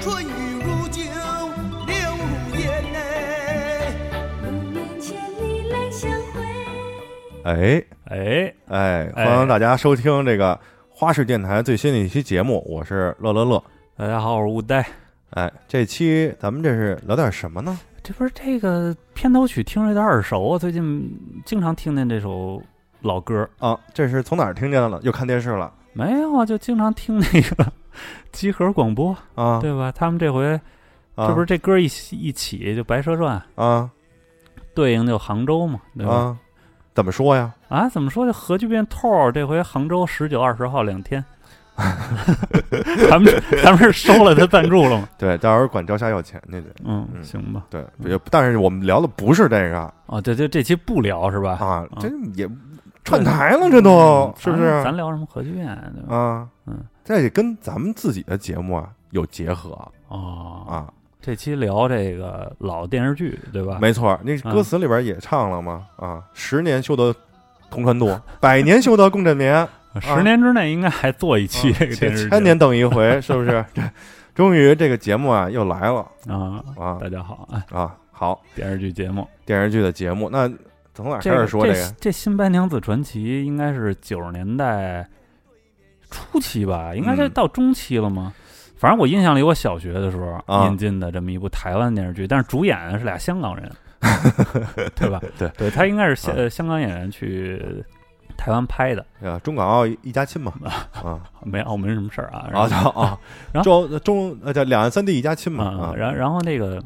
春雨如酒，流如烟哎。路面千里来相会，哎哎，哎，哎欢迎大家收听这个花式电台最新的一期节目，我是乐乐乐。大家好，我是雾呆。哎，这期咱们这是聊点什么呢？这不是这个片头曲听着有点耳熟啊，最近经常听见这首老歌。啊，这是从哪儿听见的了？又看电视了没有啊，就经常听那个 集合广播，啊？对吧？他们这回啊，这不是这歌一起一起就《白蛇传》啊对应就杭州嘛，对吧？啊？怎么说呀？啊，怎么说就核聚变透儿？这回杭州十九、二十号两天， 咱们咱们是收了他赞助了吗？对，到时候管赵夏要钱去去。嗯，嗯行吧。对，也但是我们聊的不是这个哦，对对，这期不聊是吧？啊，啊这也串台了，这都嗯是不咱是？咱聊什么核聚变啊？对吧啊，嗯，这也跟咱们自己的节目啊有结合哦，啊，这期聊这个老电视剧，对吧？没错，那歌词里边也唱了嘛，嗯啊，十年修得同船渡， 百年修得共枕眠，啊呃十年之内应该还做一期这个电视剧。千年等一 回，是不是？ 这终于这个节目啊又来了啊，啊大家好啊，啊！好，电视剧节目。电视剧的节目，那从哪儿啊开个始说这这个？这《新白娘子传奇》应该是九十年代初期吧，应该是嗯到中期了吗？反正我印象里，我小学的时候啊引进的这么一部台湾电视剧，但是主演是俩香港 人，对吧？对对，他应该是香、啊呃香港演员去台湾拍的，呃，中港澳一家亲 嘛，啊没澳门什么事儿啊。然啊后叫啊， 然后中中呃叫两岸三地一家亲嘛啊，然然后那个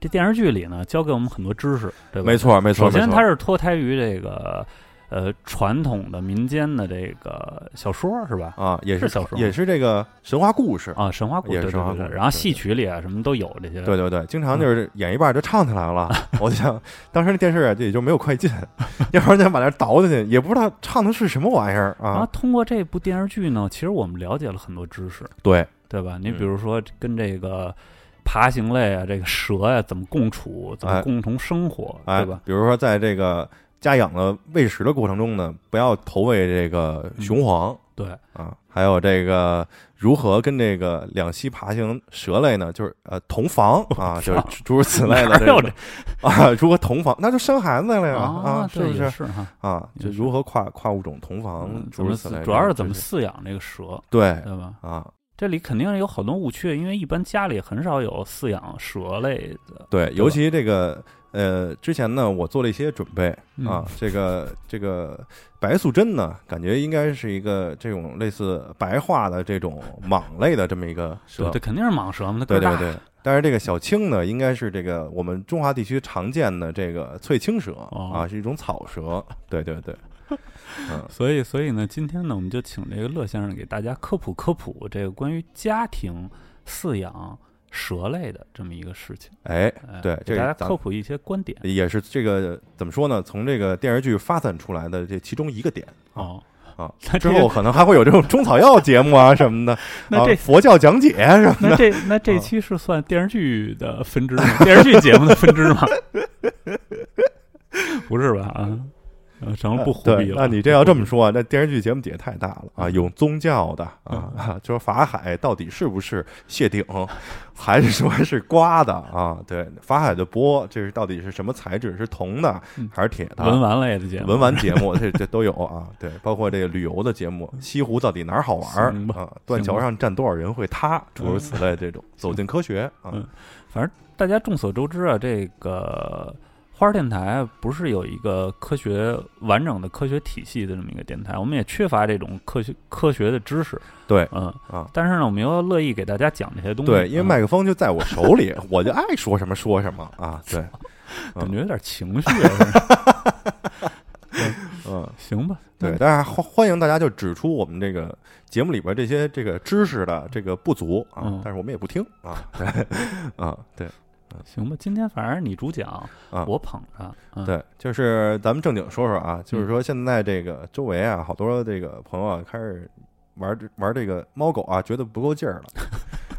这电视剧里呢，教给我们很多知识，对吧？没。错没错，首先，没错它是脱胎于这个呃传统的民间的这个小说，是吧？啊，也是是小说吗也是这个神话故事，啊，神话故也是事，对神话对故对事对。然后对戏曲里啊，什么都有这些。对对对，经常就是嗯演一半就唱起来 了。我就想，当时那电视啊，就也就没有快进， 要不然咱把那儿倒进去，也不知道唱的是什么玩意儿然后啊。通过这部电视剧呢，其实我们了解了很多知识，对，对吧？你嗯比如说跟这个爬行类啊，这个蛇呀、怎么共处，怎么哎共同生活，哎对吧，？比如说在这个家养的喂食的过程中呢，不要投喂这个嗯雄黄对，啊，还有这个如何跟这个两栖爬行蛇类呢，就是呃同 房啊，就是诸如此类的哪这有种 啊，如何同房，那就生孩子了呀啊，是对，不是也是哈。啊？也就是如何跨跨物种同嗯房，诸怎如么此类饲的，主要是怎么这些饲养这个蛇，对对吧？啊？这里肯定有好多误区，因为一般家里很少有饲养蛇类的对，尤吧其这个呃，之前呢，我做了一些准备嗯啊，这个这个白素贞呢，感觉应该是一个这种类似白化的这种蟒类的这么一个蛇对，，肯 定是蟒蛇嘛，它个对儿对大，对。但是这个小青呢，应该是这个我们中华地区常见的这个翠青蛇哦啊，是一种草 蛇。对对对，所以，所以呢，今天呢，我们就请这个乐先生给大家科普科普这个关于家庭饲养蛇类的这么一个事情。哎，哎、对这给大家咱科普一些观点。也是这个怎么说呢？从这个电视剧发散出来的这其中一个点 哦，啊，那之这后可能还会有这种中草药节目啊什么的， 那这啊、佛教讲解什么 那这那这期是算电视剧的 分支吗？电视剧节目的分支吗？不是吧？啊，呃成了不胡啊对逼，了。嗯那你这要这么说，那电视剧节目解太大了啊！有宗教的啊，就是法海到底是不是谢顶， 还是说是刮的啊？对，法海的钵这是到底是什么材质？是铜的嗯还是铁的？文玩类的节目，文玩节目这这都有啊，对，包括这个旅游的节目，西湖到底哪儿好玩儿嗯行吧啊？断桥上站多少人会塌，诸如此类这种，走进科学啊嗯大家众所周知啊，这个花儿电台不是有一个科学完整的科学体系的这么一个电台，我们也缺乏这种科学科学的知识。对嗯啊，但是呢，我们又乐意给大家讲这些东西。对，因为嗯麦克风就在我手里，我就爱说什么说什么啊，对，感觉有点 情绪啊，是吧嗯。行吧？对，但是欢欢迎大家就指出我们这个节目里边这些这个知识的这个不足啊，嗯但是我们也不听啊， 对，啊对行吧，今天反正你主讲，啊我捧着。嗯、，对，就是咱们正经说说啊，就是说现在这个周围啊，好多这个朋友啊开始玩这玩这个猫狗啊，觉得不够劲儿了。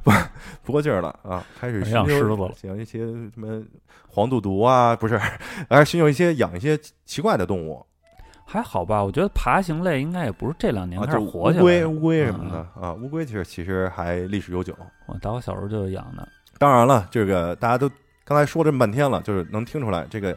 不不够劲儿了啊！开始寻养哎狮求子了养一些什 么黄赌毒啊，不是，而寻求一些养一些奇怪的动物还好吧，我觉得爬行类应该也不是这两年啊，开就始乌火起来嗯龟、的。乌龟什么的啊，乌龟其实其实还历史悠久。我打我小时候就养的，当然了，这个大家都刚才说这么半天了，就是能听出来，这个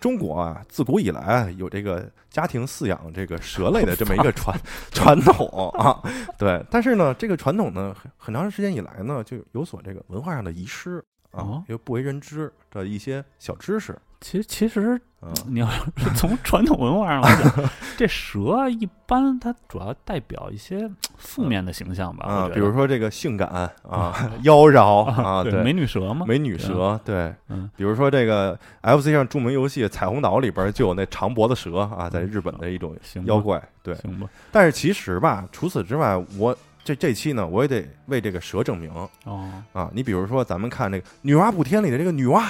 中国啊，自古以来啊有这个家庭饲养这个蛇类的这么一个 传传统啊。对，但是呢，这个传统呢，很很长时间以来呢，就有所这个文化上的遗失啊哦，又不为人知的一些小知识。其实其实嗯，你要是从传统文化上 来讲，这蛇一般它主要代表一些负面的形象吧，我啊觉，得比如说这个性感啊、妖娆啊，对对，美女蛇嘛，美女蛇，对，嗯比如说这个 FC 上著名游戏《彩虹岛》里边就有那长脖子蛇啊，在日本的一种行吧妖怪，对。嗯行吧？但是其实吧，除此之外，我这这期呢，我也得为这个蛇证明哦啊。你比如说，咱们看这个《女娲补天》里的这个女娲，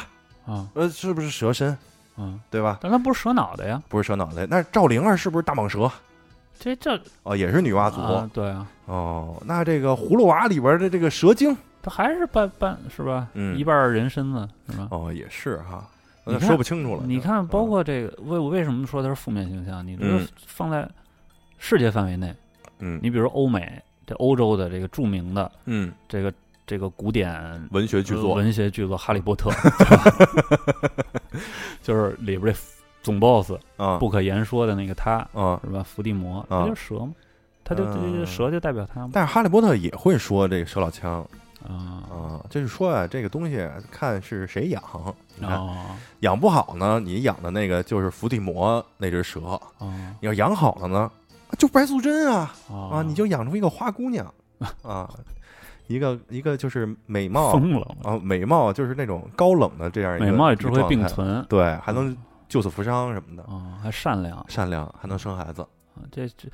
啊呃，是不是蛇身，嗯，对吧？但它不是蛇脑袋呀，不是蛇脑袋，那赵灵儿是不是大蟒蛇？这这哦，也是女娲族、啊，对啊，哦。那这个葫芦娃里边的这个蛇精，它还是半半是吧？嗯一半儿人身子是吧？哦，也是哈，你那看说不清楚了。你这看，包嗯括这个为我为什么说它是负面形象？你这嗯放在世界范围内，嗯，你比如欧美这欧洲的这个著名的嗯，这个这个古典文学巨呃作，文学巨作《哈利波特》对吧，就是里边这总 boss 啊，不可言说的那个他啊。是吧？伏地魔，他就是蛇嘛，他就嗯蛇就代表他嘛但是哈利波特也会说这个手老枪啊啊，就是说啊，这个东西看是谁养，你看哦养不好呢，你养的那个就是伏地魔那只蛇；哦你要养好了呢，啊就白素贞啊哦啊，你就养出一个花姑娘 啊，一个一个就是美貌疯了，啊，美貌就是那种高冷的这样一个美貌与智一慧个并状态，存对，还能救死扶伤什么的，啊，还善良啊，善良还能生孩子。这这。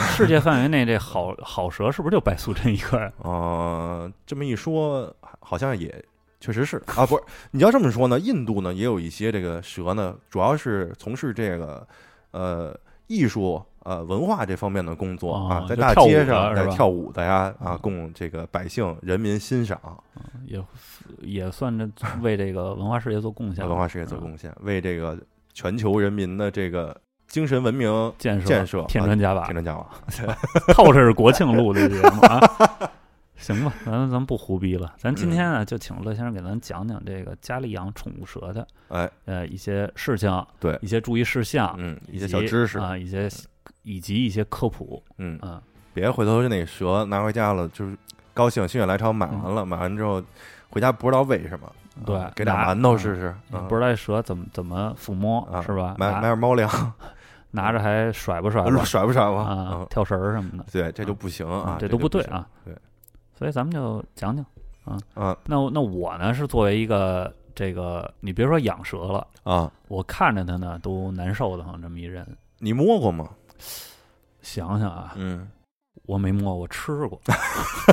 世界范围内这好好蛇是不是就白素贞一个人？呃，这么一说，好像也确实是啊，不是？你要这么说呢，印度呢也有一些这个蛇呢，主要是从事这个呃艺术呃文化这方面的工作、哦啊，在就大跳舞街的上是在吧跳舞的呀啊，嗯供这个百姓人民欣赏，也也算着为这个文化事业做贡献，啊文化事业做贡献，为这个全球人民的这个精神文明建设建设啊添砖加瓦添，砖加瓦。 透这是国庆录的节目啊。行吧，咱咱不胡逼了，咱今嗯天呢啊就请乐先生给咱讲讲这个家里养宠物蛇的哎，呃一些事情，对一些注意事项，嗯，一以些及小知识，啊，一些以及一些科普，嗯，嗯，别回头那蛇拿回家了，就是高兴心血来潮买完了，买完之后回家不知道为什么，嗯对，嗯给点拿馒头试，试，嗯嗯不知道这蛇怎么怎么抚摸啊是吧？买买拿点猫粮，拿着还甩不甩吧 甩不甩吧？啊嗯，跳绳儿什么的，对，这就不行啊，这这就都不不对行啊，对，所以咱们就讲讲。啊那我那我呢是作为一个这个，你别说养蛇了。啊，我看着他呢都难受的很，这么一人。你摸过吗？想想啊，嗯，我没摸，我吃过，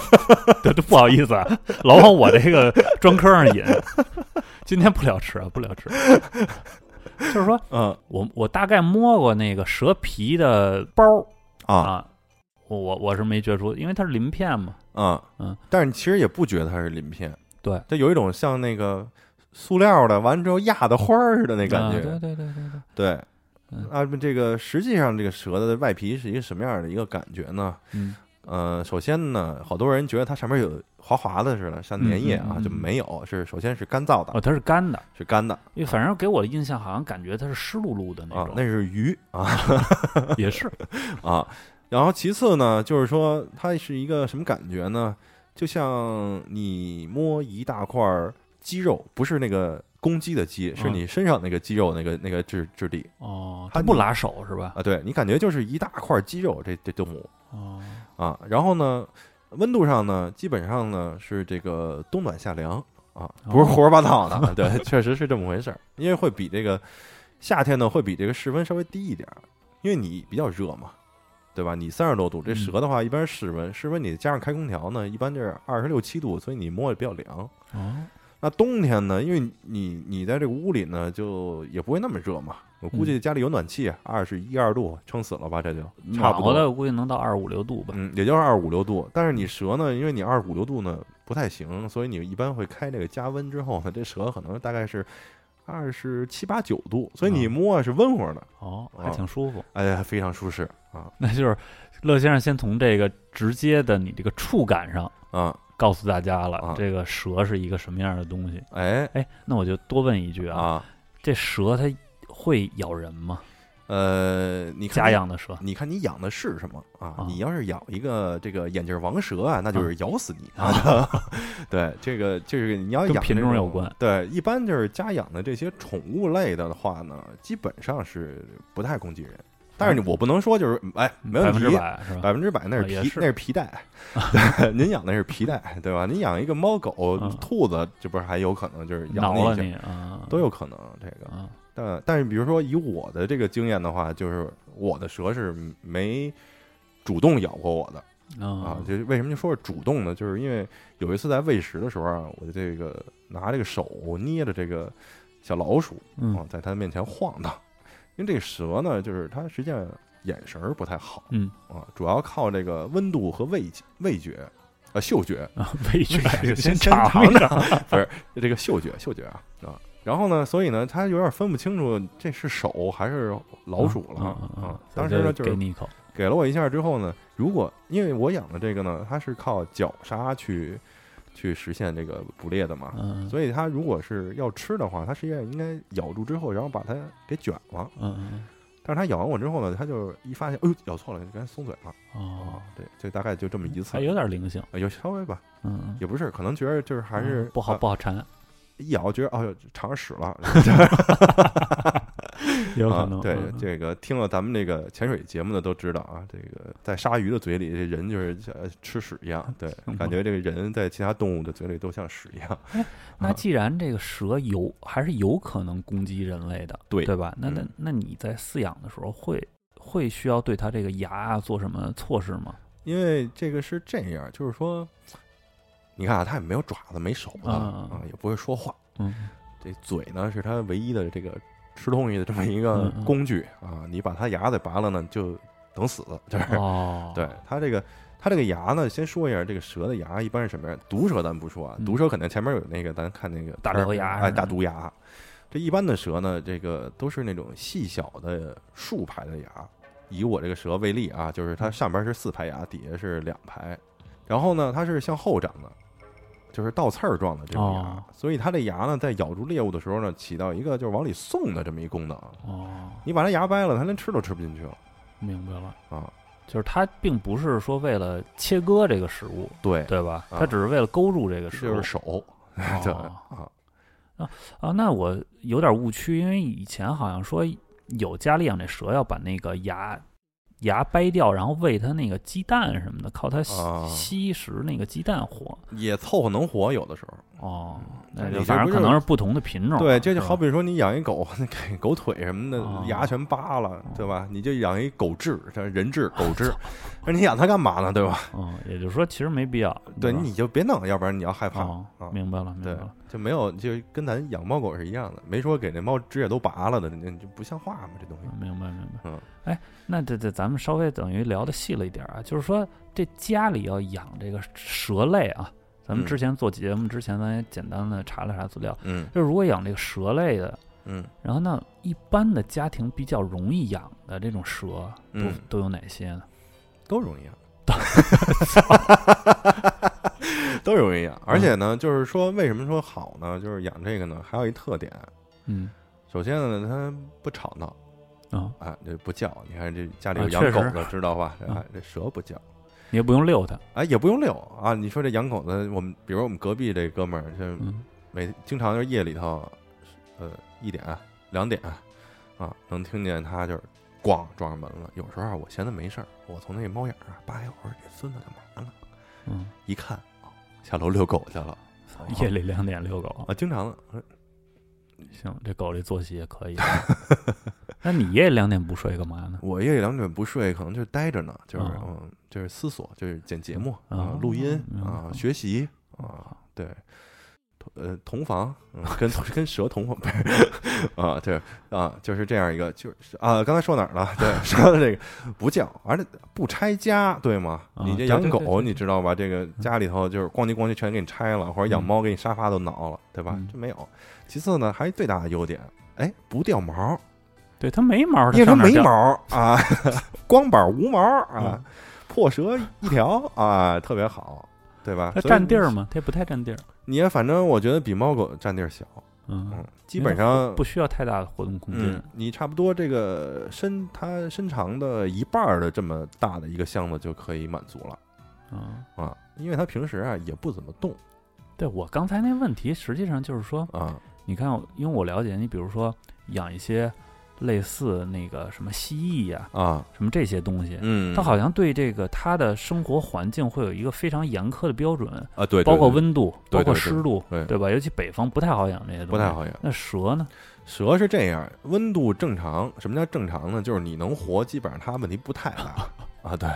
这都不好意思啊， 老往我这个专科上引。今天不聊吃啊，不聊吃，就是说嗯我我大概摸过那个蛇皮的包儿啊啊，我我我是没觉出，因为它是鳞片嘛，啊嗯，但是你其实也不觉得它是鳞片，对，它有一种像那个塑料的，完之后压的花儿似的那感啊觉，对对对对对，对嗯。啊，这个实际上这个蛇的外皮是一个什么样的一个感觉呢？嗯，呃，首先呢，好多人觉得它上面有滑滑的似的，像粘液啊，嗯嗯嗯就没有，是首先是干燥的，哦，它是干的，是干的因为反正给我的印象好像感觉它是湿漉漉的那啊种，，那是 鱼啊也是，啊。然后其次呢，就是说它是一个什么感觉呢？就像你摸一大块儿肌肉，不是那个公鸡的鸡，是嗯你身上那个肌肉那个那个质质地哦，它它不你拉手是吧？啊，对你感觉就是一大块肌肉，这这动物哦，啊。然后呢，温度上呢，基本上呢是这个冬暖夏凉啊，不是哦胡说八道 的，对，确实是这么回事儿。因为会比这个夏天呢，会比这个室温稍微低一点儿，因为你比较热嘛，对吧？你三十多度，这嗯蛇的话一般是室温，室温你加上开空调呢，一般就是二十六七度，所以你摸着比较凉。哦，那冬天呢，因为你你在这个屋里呢，就也不会那么热嘛。我嗯估计家里有暖气，啊二十一二度，撑死了吧，这就差不多。暖和嗯的估计能到二五六度吧。嗯嗯，也就是二五六度。但是你蛇呢，因为你二五六度呢不太行，所以你一般会开这个加温之后呢，这蛇可能大概是二十七八九度，所以啊你摸啊是温乎的，哦，啊还挺舒服。哎呀，非常舒适啊那就是乐先生先从这个直接的你这个触感上啊！告诉大家了，啊这个蛇是一个什么样的东西。哎哎，那我就多问一句啊，啊，这蛇它会咬人吗？呃，你看家养的 蛇你看你养的是什么啊啊？你要是养一个这个眼镜王蛇啊，那就是咬死你啊啊！ 对，这个就是你要跟养品种这种有关。对，一般就是家养的这些宠物类的话呢，基本上是不太攻击人。但是你我不能说就是哎，没啊嗯百问分题之，百是吧？百分之百那是啊也皮，是那是皮 带。对，您养的是皮带，对吧？您养一个猫狗嗯、兔子，这不是还有可能就是咬挠了一下，你啊，都有可能这个。啊，但但是，比如说以我的这个经验的话，就是我的蛇是没主动咬过我的啊啊。就是为什么就说是主动呢？就是因为有一次在喂食的时候啊，我这个拿这个手捏着这个小老鼠嗯啊，在它面前晃荡。因为这个蛇呢，就是它实际上眼神儿不太好嗯，啊，主要靠这个温度和味味觉啊嗅觉，啊味 觉先先先尝尝一尝 尝，这个嗅觉，嗅觉啊啊。然后呢，所以呢，他有点分不清楚这是手还是老鼠了啊啊啊啊。当时呢，就给是你一口给了我一下之后呢，如果因为我养的这个呢，它是靠绞杀去去实现这个捕猎的嘛，嗯所以它如果是要吃的话，它实际上应该咬住之后，然后把它给卷了。嗯嗯但是它咬完我之后呢，它就一发现，哎呦，咬错了，就赶紧松嘴了嗯哦，，对，就大概就这么一次还，有点灵性，呃有稍微吧，嗯嗯，也不是，可能觉得就是还是嗯不好啊不好缠，一咬觉得哦呦尝上屎了，有啊，可能对嗯嗯这个听了咱们这个潜水节目的都知道啊，这个在鲨鱼的嘴里，这人就是像吃屎一样， 对嗯，感觉这个人在其他动物的嘴里都像屎一样。那既然这个蛇有还是有可能攻击人类的，对对吧？那那嗯那你在饲养的时候会会需要对它这个牙啊做什么措施吗？ 因为这个是这样，就是说，你看啊，它也没有爪子，没手的啊啊，也不会说话， 嗯，这嘴呢是它唯一的这个吃东西的这么一个嗯嗯工具啊，你把它牙给拔了呢，就等死，就是哦，对它这个。它这个牙呢，先说一下，这个蛇的牙一般是什么样？毒蛇咱不说啊嗯，毒蛇肯定前面有那个，咱看那个大片儿獠牙哎，是吧大毒牙。这一般的蛇呢，这个都是那种细小的竖排的牙。以我这个蛇为例啊，就是嗯它上边是四排牙，底下是两排，然后呢，它是向后长的，就是倒刺儿状的这种牙，哦所以它这牙呢，在咬住猎物的时候呢，起到一个就是往里送的这么一功能。哦，你把它牙掰了，它连吃都吃不进去了明白了，啊！就是它并不是说为了切割这个食物，对，对吧？啊它只是为了勾住这个这食就物是手，哦 对啊，啊。那我有点误区，因为以前好像说有家里养这蛇要把那个牙。牙掰掉，然后喂它那个鸡蛋什么的，靠它吸啊吸食那个鸡蛋活。也凑合能活，有的时候。哦，那那嗯就你反这正不可就能是不同的品种啊。对，这就是好吧比说你养一狗，给狗腿什么哦的牙全扒了，对吧？你就养一狗痣，这人痣、狗 痣，那你养它干嘛呢？对吧？嗯，也就是说其实没必要。对，吧你就别弄，要不然你要害怕哦啊，。明白了，明白对了。，就没有，就跟咱养猫狗是一样的，没说给那猫指甲都拔了的，那就不像话嘛，这东西嗯。明白，明白。嗯，哎，那这这咱们稍微等于聊的细了一点啊，就是说这家里要养这个蛇类啊，咱们嗯之前做节目之前，咱也简单的查了查资料，嗯就是如果养这个蛇类的，嗯，然后呢，一般的家庭比较容易养的这种蛇都嗯都有哪些呢？都容易养， 都容易养。而且嗯呢，就是说为什么说好呢？就是养这个呢，还有一特点，嗯首先呢，它不吵闹。啊，啊，这不叫，你看这家里有啊养确狗实的知道吧？嗯啊，这蛇不叫，你也不用遛它。哎，也不用遛啊。你说这养狗的，我们比如我们隔壁这哥们儿，就嗯，每经常就是夜里头，呃，一点两点啊，能听见它就是咣撞上门了。有时候啊我闲的没事儿，我从那猫眼儿啊扒一会儿，我说这孙子干嘛呢？嗯，一看，哦下楼遛狗去了。哦夜里两点遛狗啊，经常的，呃行，这狗这作息也可 以。那你夜里两点不睡干嘛呢？我夜里两点不睡，可能就是待着呢，就是啊嗯，就是思索，就是剪节目啊啊，录音明白哦啊，学习啊，对，都呃同房，嗯、跟跟蛇同房不是啊，对啊，就是这样一个，就是啊，刚才说哪儿了？对， 说的这个不叫，而且不拆家，对吗？啊你这对养对狗，对对你知道吧？这个家里头就是咣叽咣叽全给你拆了，或者养嗯猫给你沙发都挠了，对吧嗯？这没有。其次呢，还有最大的优点。哎，不掉毛，对它没毛，因为它上哪儿没掉毛，啊， 光板无毛啊嗯，破蛇一条啊，特别好，对吧？它所以占地儿嘛，它也不太占地儿，你也反正我觉得比猫狗占地儿小，嗯嗯，，基本上不需要太大的活动空嗯间，，你差不多这个身它身长的一半儿的这么大的一个箱子就可以满足了嗯。啊，因为它平时啊也不怎么动对我刚才那问题，实际上就是说，啊，你看，因为我了解你，比如说养一些类似那个什么蜥蜴呀、啊，什么这些东西，嗯，它好像对这个它的生活环境会有一个非常严苛的标准，啊，对，对包括对温度，对包对括对湿度，对吧？尤其北方不太好养这些东西，不太。好养。那蛇呢？蛇是这样，温度正常，什么叫正常呢？就是你能活，基本上它问题不太 大啊，对。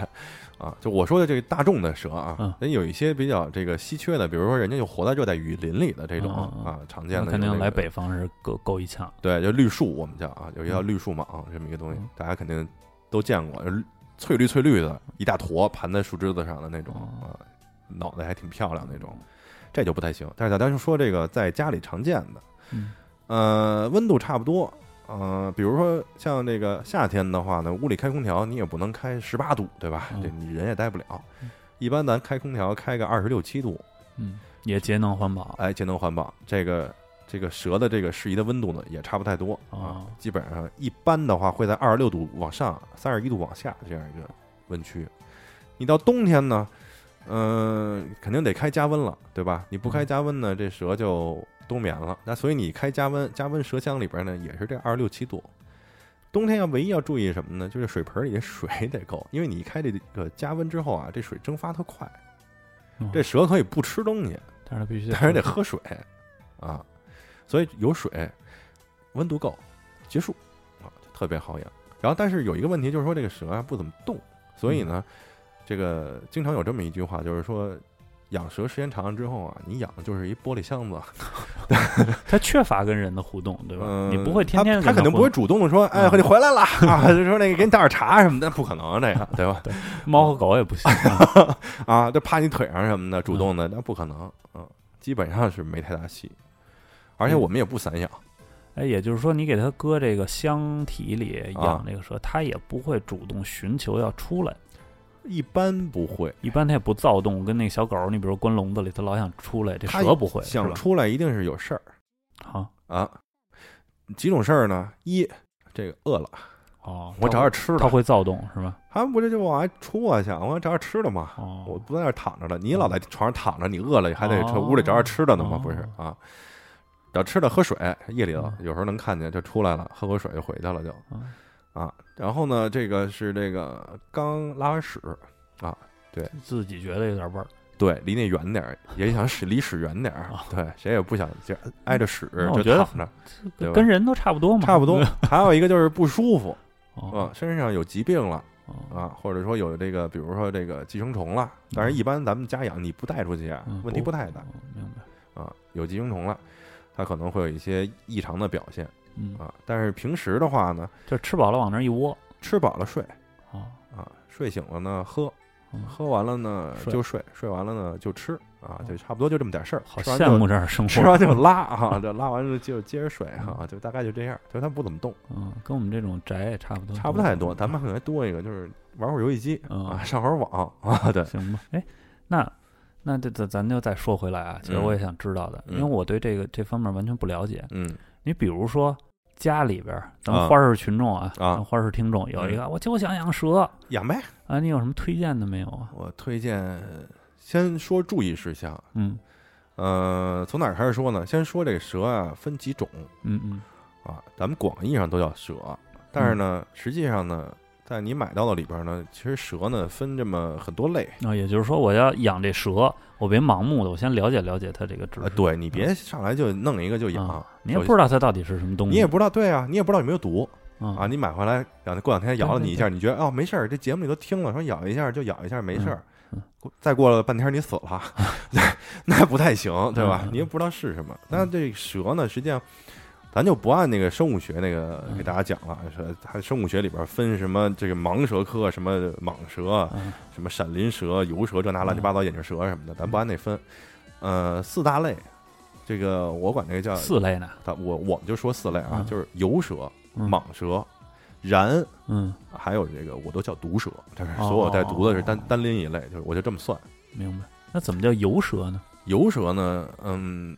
啊，就我说的这个大众的蛇嗯啊，人有一些比较这个稀缺的，比如说人家就活在热带雨林里的这种嗯嗯嗯啊，常见那的肯定有这来个北方是够够一呛。对，就绿树，我们叫啊，有一个叫嗯绿树蟒这么一个东西嗯，大家肯定都见过，就是翠绿翠绿的，一大坨盘在树枝子上的那种哦啊，脑袋还挺漂亮那种，这就不太行。但是大家就说这个在家里常见的，嗯呃，温度差不多，呃，比如说像这个夏天的话呢，屋里开空调你也不能开十八度，对吧？嗯这你人也待不了嗯。一般咱开空调开个二十六七度，嗯，也节能环保。哎，节能环保。这个这个蛇的这个适宜的温度呢，也差不太多啊哦。基本上一般的话会在二十六度往上、三十一度往下这样一个温区。你到冬天呢，嗯、肯定得开加温了，对吧？你不开加温呢，这蛇就冬眠了。那所以你开加温，加温蛇箱里边呢也是这二十六七度。冬天要唯一要注意什么呢？就是水盆里的水得够，因为你一开这个加温之后啊，这水蒸发特快，嗯这，蛇可以不吃东西，但是必须但是得喝水啊，所以有水，温度够，结束啊，就特别好养。然后，但是有一个问题就是说，这个蛇啊不怎么动，所以嗯呢，这个经常有这么一句话，就是说，养蛇时间长了之后啊，你养的就是一玻璃箱子， 它缺乏跟人的互动，对吧？嗯，你不会天天它跟它肯定互不会主动的说，哎，嗯你回来了啊，就说那个给你倒点茶什么的，不可能这个，对吧？猫和狗也不行。 啊，这趴你腿上什么的，主动的那不可能，嗯，基本上是没太大戏，而嗯且我们也不散养。哎，也就是说，你给它搁这个箱体里啊养这个蛇，它也不会主动寻求要出来，一般不会，一般它也不躁动，跟那小狗儿，你比如关笼子里，它老想出来，这它蛇不会，是想吧？出来一定是有事儿啊，啊。几种事儿呢？一，这个饿了，哦，我它找点会吃它的。会躁动是吧？他们不这就往外出啊，想我找点吃的嘛。哦，我不在那儿躺着了，你老在床上躺着，你饿了还得这哦屋里找点吃的呢嘛，哦不是啊？找吃的喝水，夜里头嗯有时候能看见就出来了，喝口水就回去了就嗯啊。然后呢，这个是这个刚拉完屎，自己觉得有点味儿，对，离那远点儿，也想屎离屎远点儿哦，对，谁也不想就挨着屎那我就觉得躺着，对吧跟人都差不多嘛，差不 多。 还有一个就是不舒服，啊，哦身上有疾病了哦，啊，或者说有这个，比如说这个寄生虫了。当然，一般咱们家养你不带出去啊嗯，问题不太大哦明白？啊。有寄生虫了，它可能会有一些异常的表现嗯，啊。但是平时的话呢，就吃饱了往那儿一窝吃饱了睡啊，啊，睡醒了呢喝，嗯喝完了呢睡哦就睡，睡完了呢就吃啊，就差不多就这么点事儿。好吃完羡就 慕这样的生吃完活。就拉啊， 就拉完了就接着睡啊，就大概就这样，就它不怎么动。嗯，跟我们这种宅也差不多，差不太多，咱们可能还多一个，就是玩会儿游戏机、嗯啊，上会儿网啊，对，行吧？哎，那那这咱咱就再说回来啊，其实嗯我也想知道的，因为嗯我对这个这方面完全不了解。 嗯你比如说家里边儿，咱啊们花市群众啊，啊嗯咱花市听众有一个，我就想养蛇养呗。啊，你有什么推荐的没有啊？我推荐先说注意事项，嗯呃，从哪儿开始说呢？先说这个蛇啊，分几种嗯嗯，啊，咱们广义上都叫蛇，但是呢，实际上呢，在你买到的里边呢，其实蛇呢分这么很多类。那、也就是说，我要养这蛇，我别盲目的，我先了解了解它这个知识。啊，对你别上来就弄一个就养，嗯啊你也首不知道它到底是什么东西，你也不知道，对啊，你也不知道有没有毒嗯啊。你买回来，两过两天咬了对对嗯你一下，你觉得哦没事儿，这节目里都听了，说咬一下就咬一下没事儿，再过了半天你死了， 那不太行，对吧？嗯你也不知道是什么。但这蛇呢，实际上咱就不按那个生物学那个嗯给大家讲了，说它生物学里边分什么这个盲蛇科、什么蟒蛇、嗯什么闪鳞蛇、游蛇，这那乱七八糟眼镜蛇什么的，咱不按那分。呃，四大类，这个我管这个叫四类呢，它我我们就说四类啊，嗯就是游蛇、嗯蟒蛇、蚺，嗯，还有这个我都叫毒蛇，就是哦所有带毒的是单单拎一类，就是我就这么算。明白。那怎么叫游蛇呢？游蛇呢，嗯，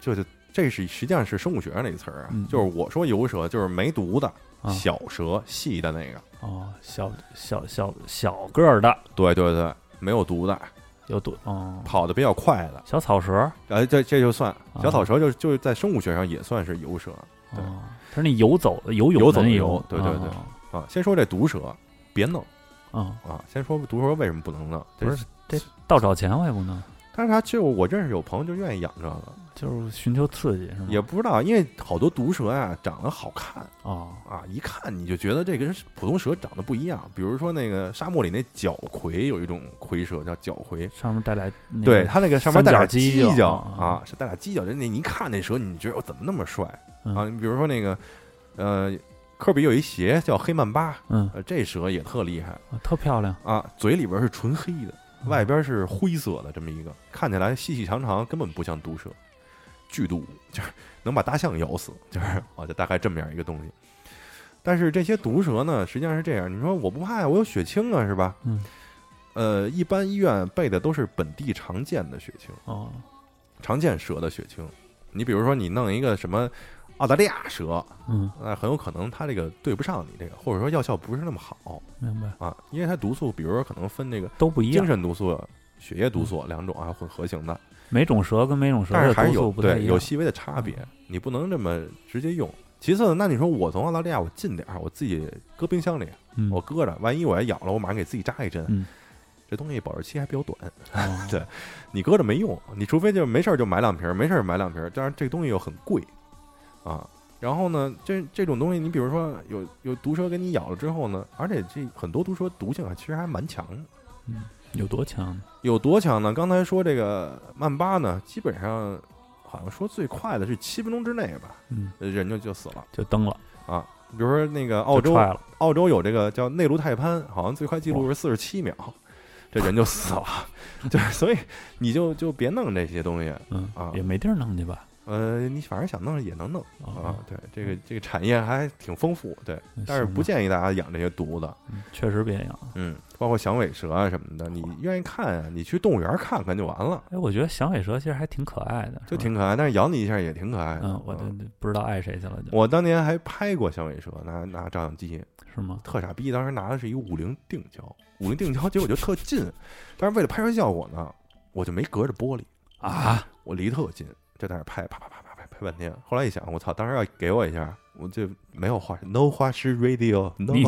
就是这是实际上是生物学上的一词儿啊，嗯就是我说游蛇就是没毒的、啊小蛇，细的那个，哦，小小小小个儿的对对对，没有毒的，有多哦，跑得比较快的，小草蛇。哎，这这就算啊小草蛇就，就就是在生物学上也算是游蛇对哦，它是那游走的游泳游走的的那游种对对对哦啊。先说这毒蛇，别弄哦，啊，先说毒蛇为什么不能弄，这不是倒找钱我也不能，但是他就我认识有朋友就愿意养这个，就是寻求刺激是吗？也不知道，因为好多毒蛇啊长得好看哦，啊，一看你就觉得这跟普通蛇长得不一样。比如说那个沙漠里那角葵有一种蝰蛇叫角葵，上面带来那个对，它那个上面带俩犄三角犄角啊，是带俩犄角，就那你一看那蛇，你觉得我哦怎么那么帅嗯啊？你比如说那个呃，科比有一鞋叫黑曼巴，嗯，呃，这蛇也特厉害啊特漂亮，啊，嘴里边是纯黑的。外边是灰色的这么一个，看起来细细长长，根本不像毒蛇，剧毒就是能把大象咬死，就是啊，就大概这么样一个东西。但是这些毒蛇呢，实际上是这样，你说我不怕呀，我有血清啊，是吧？嗯，呃，一般医院备的都是本地常见的血清，哦，常见蛇的血清。你比如说，你弄一个什么澳大利亚蛇，嗯，那很有可能它这个对不上你这个，或者说药效不是那么好明白，啊，因为它毒素，比如说可能分这个都不一精样，神毒素、血液毒嗯素两种啊，混合型的，每种蛇跟每种蛇但是的还是毒有素不太对一有样，嗯细微的差别，你不能这么直接用。其次呢，那你说我从澳大利亚我进点儿，我自己搁冰箱里，嗯我搁着，万一我要咬了，我马上给自己扎一针。嗯这东西保质期还比较短，哦对你搁着没用，你除非就没事儿就买两瓶儿，没事儿买两瓶儿。当然这东西又很贵啊。然后呢，这这种东西，你比如说有有毒蛇给你咬了之后呢，而且这很多毒蛇毒性啊，其实还蛮强的。有多强？有多强呢？刚才说这个曼巴呢，基本上好像说最快的是七分钟之内吧，嗯，人就就死了就蹬了，啊。比如说那个就澳洲，踹了，澳洲有这个叫内卢泰潘，好像最快记录是四十七秒，这人就死了。 就是所以你就就别弄这些东西，嗯啊，也没地儿弄去吧？呃，你反正想弄也能弄啊哦。，对，这个这个产业还挺丰富，对，那但是行不吧建议大家养这些毒的，嗯确实别养。嗯，包括响尾蛇啊什么的，你愿意看啊，你去动物园看看就完了。哎，我觉得响尾蛇其实还挺可爱的，就是吧挺可爱，但是咬你一下也挺可爱的。嗯，我都嗯不知道爱谁去了，就我当年还拍过响尾蛇，拿拿照相机，是吗？特傻逼。当时拿的是一个五零定焦，五零定焦，结果就特近。但是为了拍摄效果呢，我就没隔着玻璃， 啊，我离特近，就在那儿拍，啪啪啪啪啪拍半天。后来一想，我操，当时要给我一下，我就没有画，no 画师 radio，no 你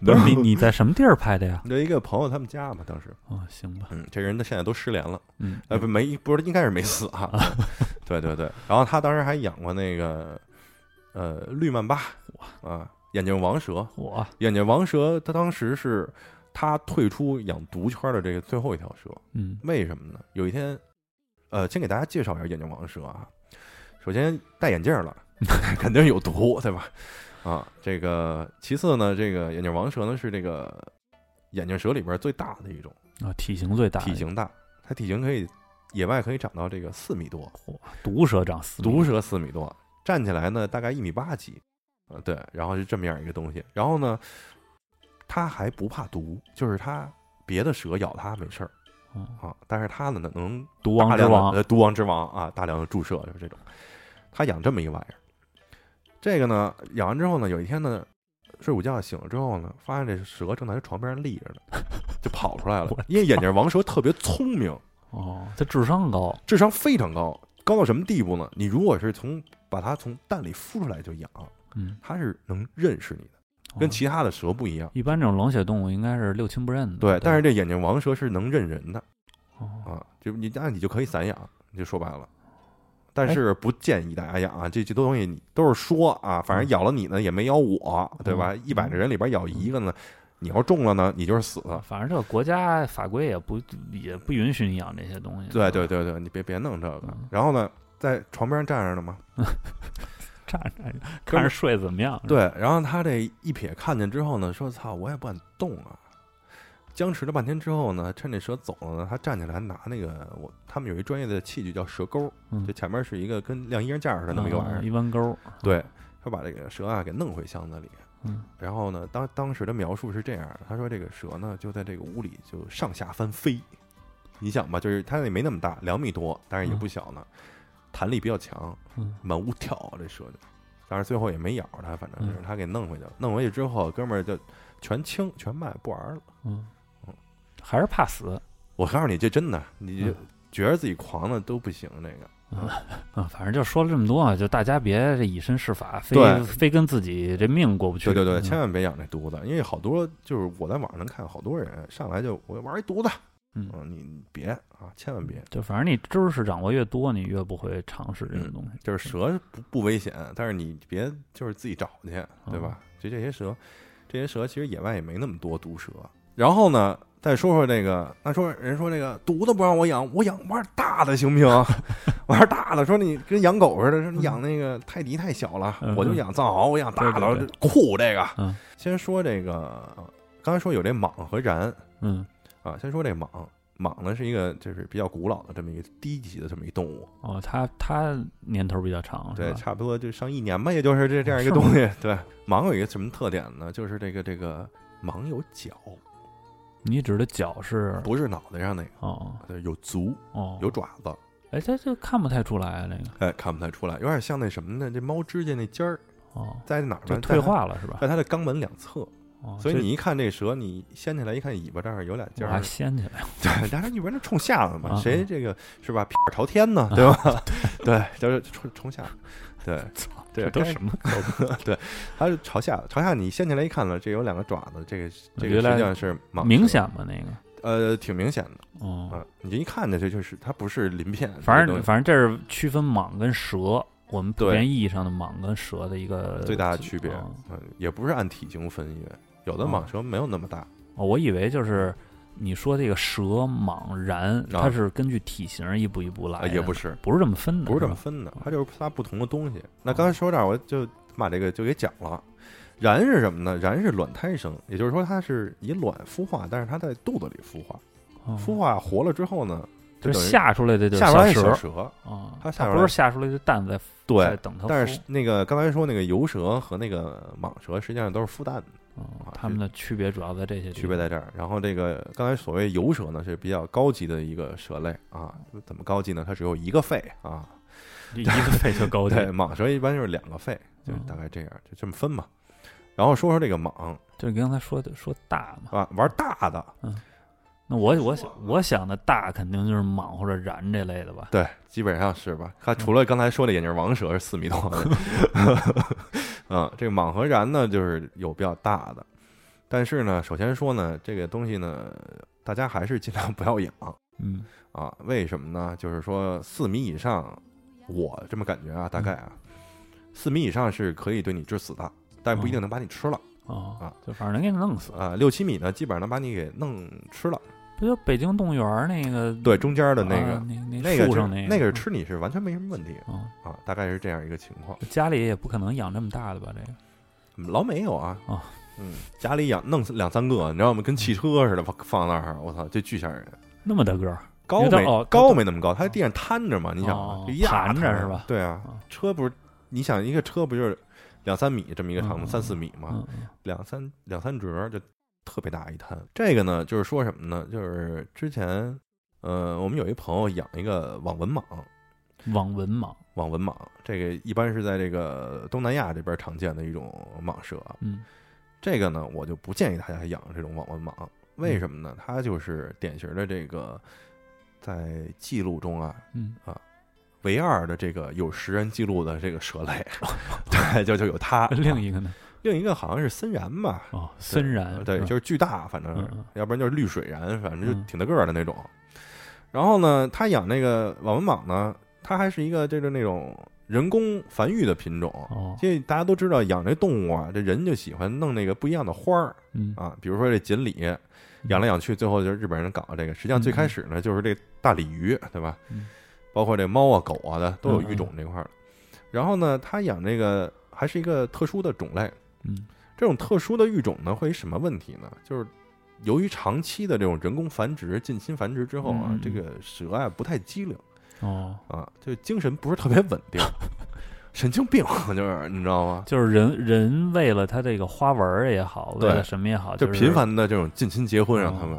不是你你在什么地儿拍的呀？就一个朋友他们家嘛，当时，哦，行吧，嗯，这人他现在都失联了，嗯，呃，不没，不是，应该是没死啊。对对对，然后他当时还养过那个呃绿曼巴啊，眼镜王蛇，我眼镜王蛇，他当时是他退出养毒圈的这个最后一条蛇，嗯为什么呢？有一天，呃，先给大家介绍一下眼镜王蛇啊。首先戴眼镜了，肯定有毒，对吧？啊，这个其次呢，这个眼镜王蛇呢是这个眼镜蛇里边最大的一种，啊，体型最大的，体型大，它体型可以野外可以长到这个四米多，嚯毒蛇长四米毒蛇四米多，站起来呢大概一米八几，呃对，然后是这么样一个东西。然后呢，它还不怕毒，就是它别的蛇咬它没事儿嗯啊，但是它呢能毒大王之量的王，呃毒王之王啊，大量的注射就是这种。它养这么一玩意儿，这个呢养完之后呢，有一天呢。睡午觉醒了之后呢，发现这蛇正在他床边上立着呢，就跑出来了 我。因为眼镜王蛇特别聪明，哦，他智商高，智商非常高，高到什么地步呢？你如果是从把它从蛋里孵出来就养，嗯，它是能认识你的，哦跟其他的蛇不一样。一般这种冷血动物应该是六亲不认的，对，吧但是这眼镜王蛇是能认人的哦啊，就你那你就可以散养，就说白了。但是不建议大家养啊，这这东西你都是说啊，反正咬了你呢也没咬我，对吧？一百个人里边咬一个呢，你要中了呢，你就是死。反正这个国家法规也不也不允许你养这些东西。对对对对，你别别弄这个。嗯然后呢，在床边站着呢嘛，站着 看着睡怎么样？是吧，对，然后他这一瞥看见之后呢，说：“操，我也不敢动啊！”僵持了半天之后呢，趁这蛇走了呢，他站起来拿那个我他们有一专业的器具叫蛇钩，嗯就前面是一个跟晾衣架似的那么一个玩意嗯儿，一弯钩。对，他把这个蛇啊给弄回箱子里。嗯然后呢，当当时的描述是这样的，他说这个蛇呢就在这个屋里就上下翻飞，你想吧，就是它也没那么大，两米多，但是也不小呢，弹力比较强，嗯满屋跳啊这蛇就，但是最后也没咬它，反正是嗯他给弄回去了。弄回去之后，哥们儿就全清全卖不玩了。嗯，还是怕死。我告诉你，这真的，你就嗯觉得自己狂的都不行，这个。啊，反正就说了这么多啊，就大家别这以身试法，非对非跟自己这命过不去。对对对，千嗯万别养这犊子，因为好多就是我在网上能看好多人上来就我玩一犊子，嗯你你别啊，千万别，就反正你知识掌握越多，你越不会尝试嗯这种东西。就是蛇不不危险，但是你别就是自己找去，对哦吧？就这些蛇，这些蛇其实野外也没那么多毒蛇。然后呢，再说说这个，那说人说这个犊子不让我养，我养玩大的行不 行？玩大的，说你跟养狗似的，说你养那个泰迪太小了，嗯我就养藏獒，我养大的对对酷这个。嗯先说这个，刚才说有这蟒和然，嗯啊，先说这蟒，蟒呢是一个就是比较古老的这么一个低级的这么一动物，哦，他他年头比较长，是对，吧差不多就上一年吧，也就是这这样一个是吗东西。对，蟒有一个什么特点呢？就是这个这个蟒有角，你指的脚是不是脑袋上那个，哦对，有足，哦，有爪子，哎，他这看不太出来啊，那个哎，看不太出来，有点像那什么呢？这猫指甲那尖儿哦，在哪儿就呢？退化了是吧？在它，在它的肛门两侧，哦所以这你一看这蛇，你掀起来一看尾巴这儿有俩尖我儿还，掀起来了，对，大家一般都冲下了嘛，啊谁这个是吧？屁眼朝天呢，对吧？ 对，就是冲冲下，对，操，对这都该什么？它是朝下，朝下你掀起来一看呢，这有两个爪子，这个这个原实来际上是蟒蛇明，显吧那个？呃，挺明显的哦，啊，你这一看呢，这就是它不是鳞片，反这正东西反正这是区分蟒跟蛇，我们普对遍意义上的蟒跟蛇的一个最大的区别哦，嗯也不是按体型分因为有的哦蟒蛇没有那么大，哦，我以为就是你说这个蛇、蟒、然，它是根据体型一步一步来啊，的，也不是，哎不是这么分的，不是这么吧哦分的，它就是仨不同的东西。那刚才说到这儿，我就把这个就给讲了。然是什么呢？然是卵胎生，也就是说它是以卵孵化，但是它在肚子里孵化，哦孵化活了之后呢，就等于是吓出来的就是下边小儿是蛇小蛇，啊，它它下边儿不是吓出来的蛋在在对。等它孵，但是那个刚才说那个游蛇和那个蟒蛇，实际上都是孵蛋的，嗯啊它们的区别主要在这些地区别在这儿。然后这个刚才所谓游蛇呢，是比较高级的一个蛇类啊，怎么高级呢？它只有一个肺啊，方一个肺就 够对，了，蟒蛇一般就是两个肺，就是嗯大概这样，就这么分嘛。然后说说这个蟒，就是你刚才说的说大嘛，啊，玩大的，那我我想我想的大肯定就是蟒或者然这类的吧，对，基本上是吧？它除了刚才说的眼镜王蛇是四米多的， 嗯，这个蟒和然呢，就是有比较大的，但是呢，首先说呢，这个东西呢，大家还是尽量不要养嗯啊。为什么呢？就是说四米以上，我这么感觉啊，大概啊，四米以上是可以对你致死的，但不一定能把你吃了嗯哦啊，就反正能给你弄死，啊。六七米呢，基本上能把你给弄吃了。不就北京动物园儿那个对，中间的那啊个，那那树个上是个嗯那那个是吃你是完全没什么问题啊，啊，大概是这样一个情况。家里也不可能养这么大的吧？这个老美有啊，哦嗯，嗯家里养弄两三个，你知道吗？跟汽车似的放放那儿，我操，这巨吓人。那么大个儿，高有点没、哦高没那么高，它在地上摊着嘛，你想啊哦，这一大盘着摊是吧对啊哦，车不是，你想一个车不就是两三米这么一个长度，嗯三四米嘛，嗯，两三两三折儿就特别大一摊。这个呢，就是说什么呢？就是之前，呃，我们有一朋友养一个网纹蟒，嗯网纹蟒，网纹蟒，这个一般是在这个东南亚这边常见的一种蟒蛇。嗯这个呢，我就不建议大家养这种网纹蟒，嗯为什么呢？它就是典型的这个在记录中啊，嗯，唯二的这个有识人记录的这个蛇 类，对，就就有它。另一个呢？另一个好像是森然吧，哦，森然，对，就是是巨大，反正是嗯嗯要不然就是绿水然，反正就嗯挺大个儿的那种。然后呢，他养那个网纹蟒呢，它还是一个就是那种人工繁育的品种。哦，这大家都知道，养这动物啊，这人就喜欢弄那个不一样的花儿嗯啊，比如说这锦鲤，养来养去，最后就是日本人搞这个。实际上最开始呢，就是这大鲤鱼，对吧嗯？包括这猫啊、狗啊的都有育种嗯这块儿的。然后呢，它养这个还是一个特殊的种类。嗯这种特殊的育种呢，会有什么问题呢？就是由于长期的这种人工繁殖、近亲繁殖之后啊嗯嗯，这个蛇啊不太机灵哦，啊，就精神不是特别稳 定，神经病就是你知道吗？就是人人为了他这个花纹儿也好，为对了什么也好，就就频是，繁的这种近亲结婚，让他们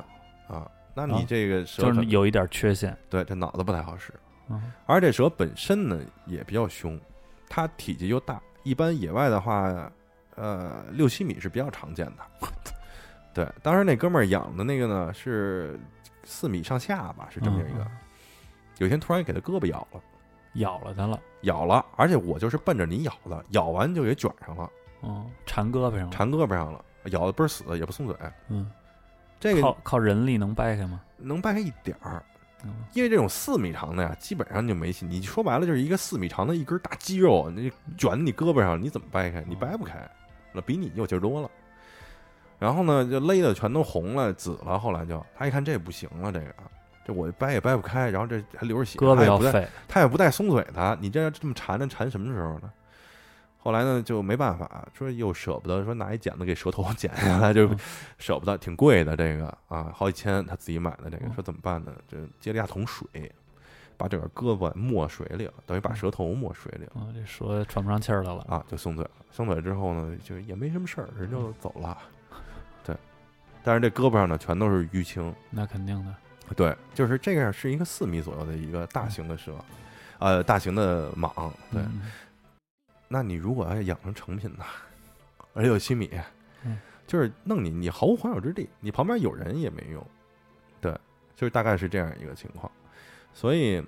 啊，那你啊这个蛇就可是有一点缺陷。对这脑子不太好使，嗯而且蛇本身呢也比较凶，它体积又大，一般野外的话，呃，六七米是比较常见的。 对，当时那哥们儿养的那个呢是四米上下吧，是这么一个。有一天突然给他胳膊咬了，咬了他了，咬了，而且我就是奔着你咬的，咬完就给卷上了，嗯，缠胳膊上了，缠胳膊上了，咬的倍儿死，也不松嘴。嗯，这个靠靠人力能掰开吗？能掰开一点儿，嗯因为这种四米长的呀，基本上就没戏。你说白了就是一个四米长的一根大肌肉，你卷你胳膊上，你怎么掰开？你掰不开，那比你有劲儿多了。然后呢，就勒的全都红了、紫了。后来就他一看这不行了，这个啊这我掰也掰不开，然后这还流着血，胳膊他也要不带废，他也不带松嘴的，你这要这么缠着缠什么时候呢？后来呢就没办法，说又舍不得，说拿一剪子给舌头 剪下来，就嗯舍不得，挺贵的这个啊，好几千，他自己买的这个，嗯说怎么办呢？就接了一大桶水，把整个胳膊没水里了，等于嗯把舌头没水里了嗯，这说喘不上气儿来了，啊，就松嘴了。松嘴之后呢，就也没什么事儿，人嗯就走了。对，但是这胳膊上呢全都是淤青，那肯定的，对，就是这个是一个四米左右的一个大型的蛇，呃，大型的蟒，对。嗯，那你如果要养成成品呢， 而且有七米，嗯就是弄你，你毫无还手之力，你旁边有人也没用，对，就是大概是这样一个情况。所以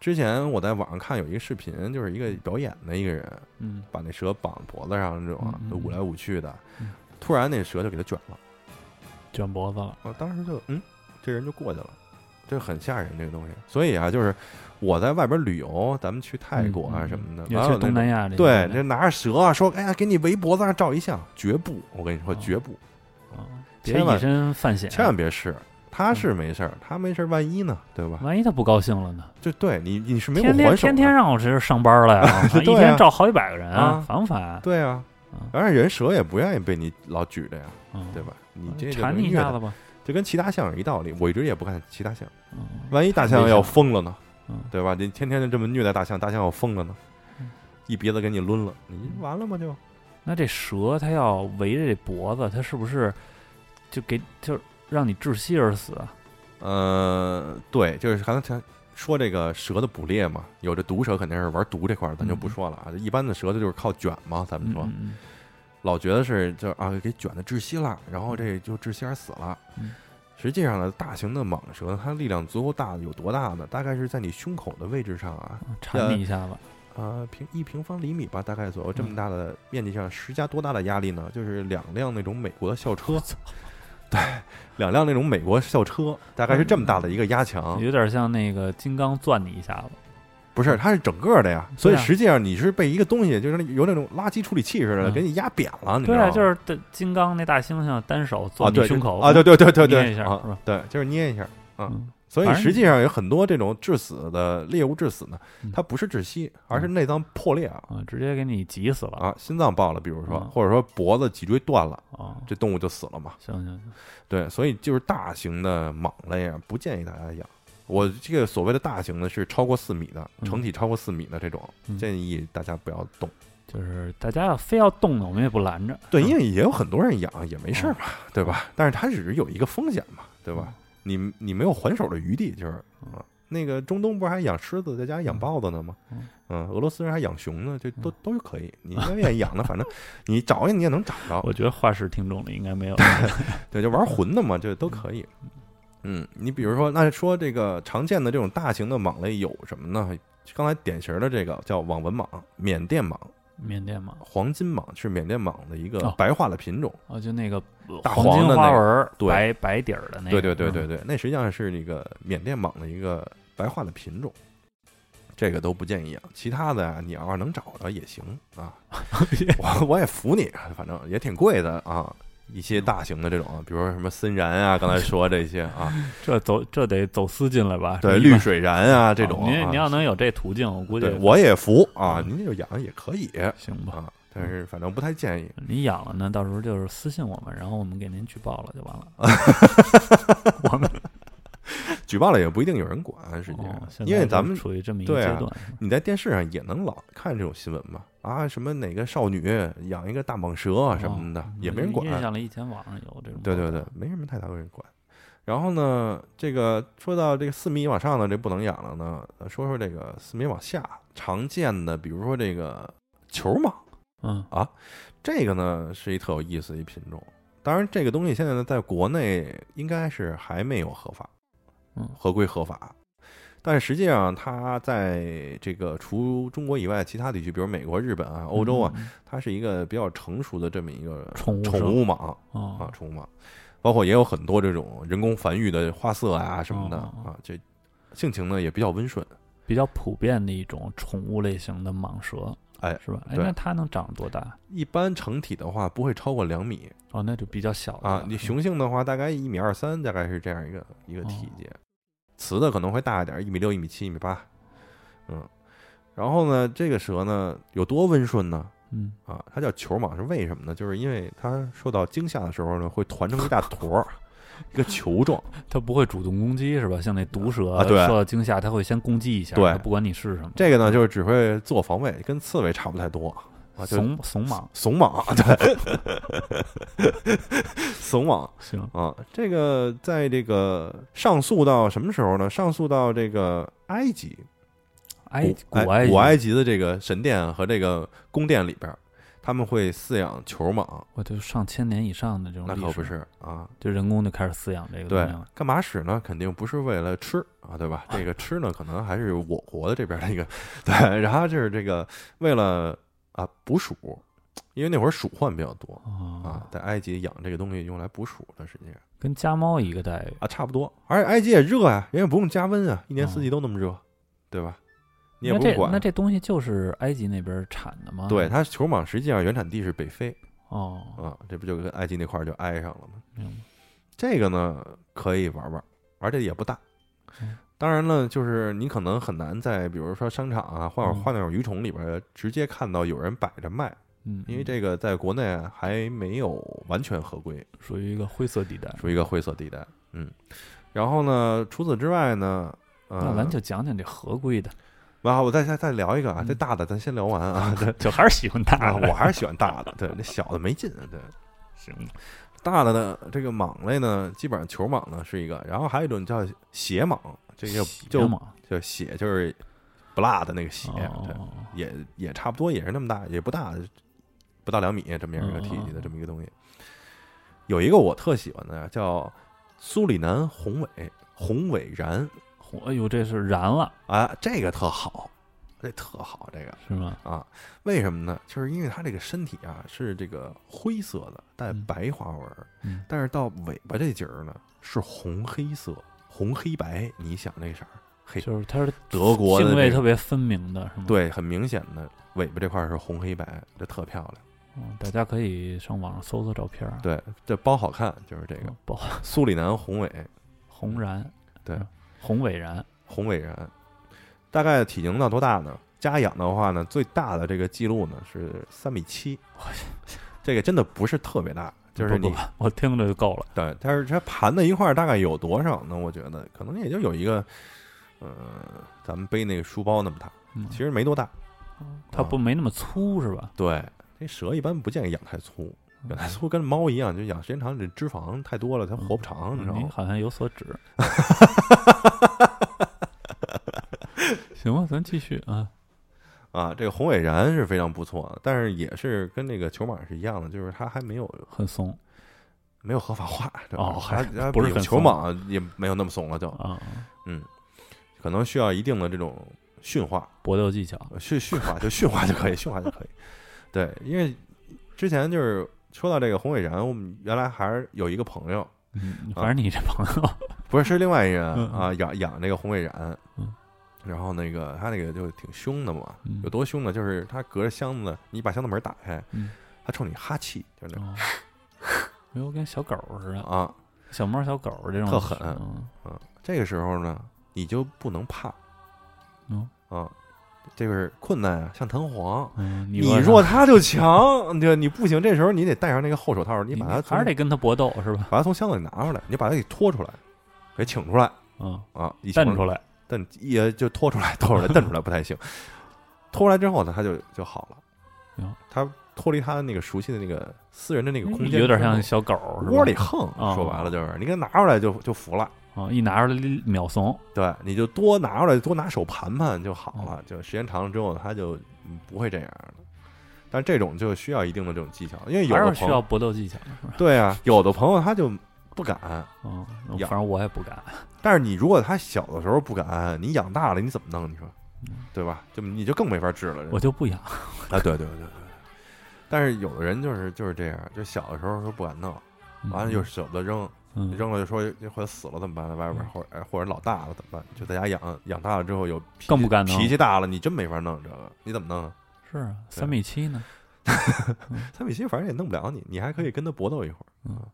之前我在网上看有一个视频，就是一个表演的一个人嗯，把那蛇绑脖子上这种啊嗯嗯嗯就舞来舞去的嗯，突然那蛇就给它卷了，卷脖子了，我当时就嗯，这人就过去了。这很吓人，这个东西。所以啊，就是我在外边旅游，咱们去泰国啊嗯嗯什么的，尤完其了是东南亚这对，这这拿着蛇啊，说，哎呀，给你围脖子上照一相，绝不，我跟你说，哦绝不，嗯别千万以身犯险，千万别试。他是没事儿，他没事儿，万一呢，对吧？嗯万一他不高兴了呢？就对你，你是没有天天还手天天的，让我这上班了 呀，对啊一天照好几百个人，啊烦不烦？对啊嗯。而且人蛇也不愿意被你老举着呀，嗯，对吧？你这就缠等于你一虐下待子吧。就跟骑大象是一道理。我一直也不看骑大象，嗯万一大象要疯了呢嗯，对吧？你天天就这么虐待大象，大象要疯了呢嗯，一鼻子给你抡了，你完了吗？就那这蛇它要围着这脖子，它是不是就给就让你窒息而死啊？呃，对，就是刚才说这个蛇的捕猎嘛，有这毒蛇肯定是玩毒这块儿，咱就不嗯说了啊。一般的蛇它就是靠卷嘛，咱们嗯说、嗯老觉得是就啊给卷的窒息了，然后这就窒息而死了。嗯实际上呢，大型的蟒蛇呢它力量足够大，有多大呢？大概是在你胸口的位置上啊，嗯缠你一下子，啊平一平方厘米吧，大概左右这嗯么大的面积上施加多大的压力呢？就是两辆那种美国的校车，对，两辆那种美国校车，大概是这么大的一个压强。有点像那个金刚钻你一下子。不是，它是整个的呀，所以嗯对啊实际上你是被一个东西，就是有那种垃圾处理器似的，嗯给你压扁了，你知对道啊，吗？就是这金刚那大猩猩单手哦啊，坐你对胸口啊，对，对对对捏一对，下是啊吧，对，就是捏一下。啊嗯所以反正实际上有很多这种致死的猎物致死呢嗯，它不是窒息，而是内脏破裂啊，啊，直接给你急死了啊，心脏爆了，比如说，嗯或者说脖子脊椎断了，啊！这动物就死了嘛。行行行，对，所以就是大型的蟒类啊，不建议大家养。我这个所谓的大型的是超过四米的，嗯成体超过四米的这种，嗯建议大家不要动。就是大家要非要动呢，我们也不拦着。对，嗯因为也有很多人养也没事儿嘛，对吧？但是它只是有一个风险嘛，对吧？嗯你你没有还手的余地，就是啊，那个中东不是还养狮子，在家养豹子呢吗嗯？嗯，俄罗斯人还养熊呢，这都都可以，你要愿意养呢，反 正你找你也能找着。我觉得画室听众里应该 没有。对，就玩混的嘛，这都可以。嗯，你比如说，那说这个常见的这种大型的蟒类有什么呢？刚才典型的这个叫网纹蟒、缅甸蟒、缅甸嘛，黄金蟒是缅甸蟒的一个哦白化的品种。哦，就那个呃大黄黄金的花那个纹儿，对白白底儿的那个。对对对对嗯，对，那实际上是那个缅甸蟒的一个白化的品种。这个都不建议啊。其他的啊你要是能找着也行 啊，我我也服你，反正也挺贵的啊。一些嗯大型的这种啊，比如说什么森然啊，刚才说这些 啊，这走这得走私进来吧？对是一绿般水燃啊这种啊啊，您您要能有这途径，我估计对我也服嗯啊，您就养也可以行吧。啊，但是反正不太建议。你养了呢，到时候就是私信我们，然后我们给您举报了就 完了。我们举报了也不一定有人管，啊实际哦上，现在因为就咱们处于这么一个对阶啊段，是吧你在电视上也能老看这种新闻嘛，啊，什么哪个少女养一个大蟒蛇啊什么的，哦也没人印管。象里以前网上有这种，对对对，，没什么太大有人管。然后呢，这个说到这个四米往上的这不能养了呢，呃说说这个四米往下常见的，比如说这个球蟒，嗯，这个呢是一特有意思的一品种。当然，这个东西现在呢，在国内应该是还没有合法，嗯合规合法。但是实际上，它在这个除中国以外，其他地区，比如美国、日本啊、欧洲啊，嗯，它是一个比较成熟的这么一个宠物宠蛇物蟒啊，哦，宠物蟒，包括也有很多这种人工繁育的花色啊什么的哦哦哦啊，这性情呢也比较温顺。比较普遍的一种宠物类型的蟒蛇，哎是吧？哎，对那它能长多大？一般成体的话不会超过两米，哦，那就比较小了啊，你雄性的话大概一米二三，大概是这样一个一个体积，雌的可能会大一点，一米六、一米七、一米八，嗯。然后呢，这个蛇呢有多温顺呢？嗯，啊，它叫球蟒是为什么呢？就是因为它受到惊吓的时候呢，会团成一大坨儿， 一个球状。它不会主动攻击是吧？像那毒蛇啊对受到惊吓，它会先攻击一下，对它不管你是什么，这个呢，就是只会自我防卫，跟刺猬差不太多啊，就怂怂蟒怂蟒，对， 怂蟒。行，啊，这个在这个上溯到什么时候呢？上溯到这个埃及，埃及古哎古埃古及埃及的这个神殿和这个宫殿里边儿，他们会饲养球蟒，我就上千年以上的这种那历史，可不是啊。就人工就开始饲养这个东对西了。，干嘛使呢？肯定不是为了吃啊，对吧？这个吃呢，可能还是我国的这边儿的一个对，然后就是这个为了啊捕鼠，因为那会儿鼠患比较多啊啊，，在埃及养这个东西用来捕鼠的，实际上跟家猫一个待遇，啊，差不多。而且埃及也热呀、人也不用加温啊，一年四季都那么热，对吧？你也哦那不用这管。啊那这东西就是埃及那边产的吗？对，它球蟒实际上原产地是北非哦，啊，这不就跟埃及那块儿就挨上了吗？明白，这个呢可以玩玩，而且也不大嗯。当然了，就是你可能很难在比如说商场啊，或者嗯花鸟鱼虫里边直接看到有人摆着卖，嗯，因为嗯这个在国内还没有完全合规。属于一个灰色地带。属于一个灰色地带。嗯，然后呢，除此之外呢，那呃，咱就讲讲这合 规的，然后我再再再聊一个啊，嗯这大的咱先聊完 啊，对就还是喜欢大啊，的，我还是喜欢大的，对，那小的没劲，啊对。 行，大的呢，这个蟒类呢，基本上球蟒呢是一个，然后还有一种叫血蟒，这个喜就就嘛，就血就是不辣的那个血，对，哦，也也差不多，也是那么大，也不大，不到两米这么样一个体积的这么一个东西。有一个我特喜欢的叫苏里南红尾红尾髯，嚯哎呦，这是燃了啊，这个特好，这特好，这个是吗？啊，为什么呢？就是因为它这个身体啊是这个灰色的，带嗯白花纹儿，嗯但是到尾巴这节儿呢是红黑色，红黑白，你想那色儿，嘿，就是它是德国的泾渭这特个别分明的，是吗？对，很明显的尾巴这块儿是红黑白，这特漂亮，嗯，大家可以上网上搜搜照片儿，对，这包好看，就是这个嗯，不苏里南红尾红燃，对是吧，红尾燃，红尾人，大概体型到多大呢？家养的话呢，最大的这个记录呢是三米七，这个真的不是特别大，就是不你不 我听着就够了，对，但是它盘在一块儿大概有多少呢？我觉得可能也就有一个，呃，咱们背那个书包那么大，嗯其实没多大。啊它不没那么粗是吧？对，这蛇一般不建议养太粗，养太粗跟猫一样，就养时间长，这脂肪太多了，它活不长，你知道您吗？好像有所 指。行吧，咱继续啊。啊，这个红尾髯是非常不错的，但是也是跟那个球蟒是一样的，就是它还没有很松没有合法化，对吧哦还还不是比很球松蟒也没有那么怂了就，嗯啊，可能需要一定的这种驯化，搏斗技巧。呃驯驯化就驯化就可以，驯化就可以。对，因为之前就是说到这个红尾髯，我们原来还是有一个朋友，啊嗯，反正你这朋友， 不是是另外一人嗯嗯啊，养养这个红尾髯嗯，然后那个他那个就挺凶的嘛，嗯有多凶呢？就是他隔着箱子，你把箱子门打开，嗯他冲你哈气，就那种哦，没有哎跟小狗似的，啊。小猫小狗这种特狠嗯这个时候呢，你就不能怕嗯啊，这个是困难啊，像弹簧。嗯，你说弱他就强，对，你不行，这时候你得戴上那个厚手套，你把它还是从得跟它搏斗是吧？把它从箱子里拿出来，你把它给拖出来，给请出来嗯，啊，一请站出来，蹬也就拖出来， 拖出来，蹬出来不太行。拖出来之后呢，他就就好了行，他脱离他的那个熟悉的那个私人的那个空间，有点像小狗是吧窝里横啊。说白了就是，你给它拿出来就就服了，啊，一拿出来秒怂，对，你就多拿出来，多拿手盘盘就嗯好了。就时间长了之后，他就嗯不会这样了。但这种就需要一定的这种技巧，因为有还的是朋需友要搏斗技巧是吧？对啊，有的朋友他就不敢。嗯，养反正我也不敢，但是你如果他小的时候不敢，你养大了你怎么弄？你说嗯，对吧？就你就更没法治了。这我就不养。啊，对对对对对。但是有的人就是就是这样，就小的时候说不敢弄，完了就舍不得扔，嗯扔了就说或者死了怎么办？在外边嗯或者哎或者老大了怎么办？就在家养，养大了之后有脾气更不敢弄脾气大了，你真没法弄这个，嗯你怎么弄啊？是啊，三米七呢，三米七反正也弄不了你，你还可以跟他搏斗一会儿，嗯啊，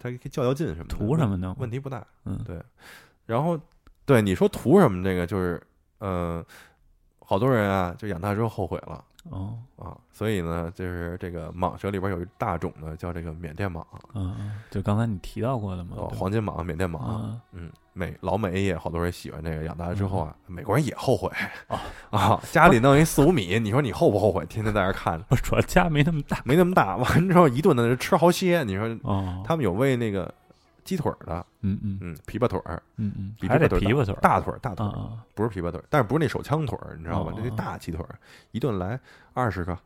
他可以较较劲什么的，图什么呢？问题不大。嗯对然后对你说图什么这个就是，呃，好多人啊，就养大之后后悔了哦啊，所以呢，就是这个蟒蛇里边有一大种呢，叫这个缅甸蟒，嗯，嗯就刚才你提到过的嘛，哦，对吧黄金蟒、缅甸蟒，啊嗯，美老美也好多人喜欢这个，养大之后啊，嗯美国人也后悔哦啊，家里弄一四五米，你说你后不后悔？天天在那儿看着，我嗯 主要家没那么大没那么大，完之后一顿在那吃好些，你说哦，他们有喂那个鸡腿儿的，嗯嗯嗯，琵琶腿儿、嗯嗯，比还得这个琵琶腿儿大腿儿、大腿啊儿，啊，不是琵琶腿儿，但是不是那手枪腿儿，你知道吧？哦这些大鸡腿儿，一顿来二十个，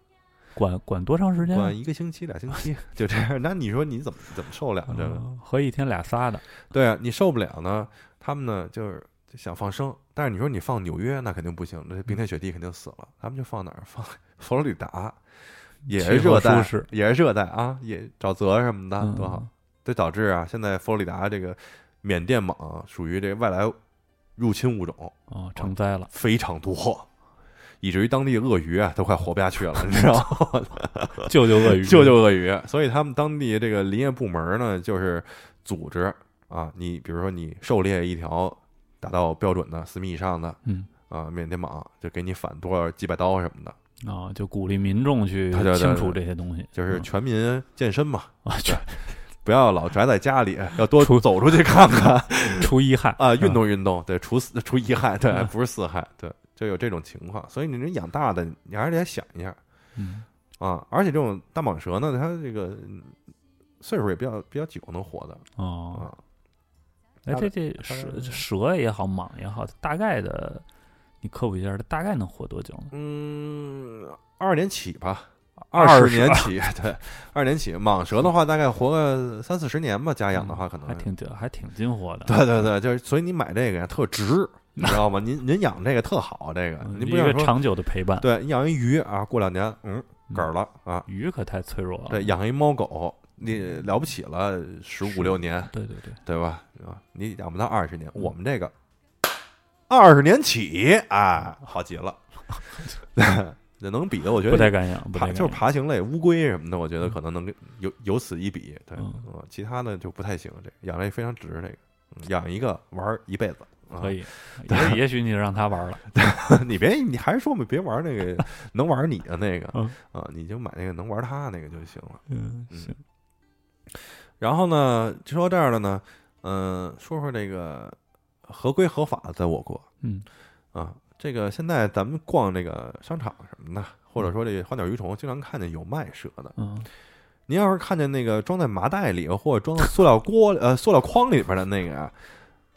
管管多长时间啊？管一个星期、俩星期，就这样。那你说你怎么怎么受了这个？哦合一天俩仨的，对啊，你受不了呢，他们呢就是就想放生，但是你说你放纽约那肯定不行，那冰天雪地肯定死了。他们就放哪儿？放 佛罗里达，也是气候热带舒适，也是热带啊，也沼泽什么的，嗯多好。这导致啊，现在佛罗里达这个缅甸蟒属于这外来入侵物种，哦，成灾 了，非常多，以至于当地鳄鱼啊都快活不下 去了，你知道吗？救救鳄鱼，救救鳄鱼！所以他们当地这个林业部门呢，就是组织啊，你比如说你狩猎一条达到标准的四米以上的嗯。啊缅甸蟒，就给你返多少几百刀什么的，啊，就鼓励民众去对对对清对除这些东西，就是嗯全民健身嘛，啊，去 不要老宅在家里，要多出走出去看看 除一害啊，运动动运动，对，除四除一害，对嗯，不是四害，对，就有这种情况。所以你人养大的，你还是得想一下。嗯啊，而且这种大蟒蛇呢，它这个嗯岁数也比较比较久，能活的哦，啊。哎，大概这这大概蛇蛇也好，蟒也好，大概的你科普一下，它大概能活多久呢？嗯，二年起吧，二啊十年起， 对，二年起。蟒蛇的话，大概活个三四十年吧，家养的话可能嗯还。挺久，还挺近活的。对对对，就是所以你买这个呀特值，你知道吗？您您养这个特好，这个嗯，您一不要个说长久的陪伴。对，你养一鱼啊，过两年嗯嗯嗝儿了啊，鱼可太脆弱了。对，养一猫狗，你了不起了，十五六年，对对对，对吧？啊，你养不到二十年，嗯我们这个二十年起，哎，好极 了，这能比的，我觉不得太敢养，不爬太就是敢爬行类，乌龟什么的，我觉得可能能跟有有此一比，对，嗯嗯其他的就不太行，这养这非常值，这个嗯养一个玩儿一辈子。养啊可，以。也也许你让它玩了， 你别，你还是说嘛，别玩那个能玩你的那个嗯啊，你就买那个能玩他那个就行了。嗯，嗯行，然后呢，说到这儿了呢，嗯，说说这个合规合法，在我国，嗯啊，这个现在咱们逛这个商场什么的，或者说这花鸟鱼虫，经常看见有卖蛇的。嗯，您要是看见那个装在麻袋里或者装在塑料锅 呃塑料筐里边的那个啊，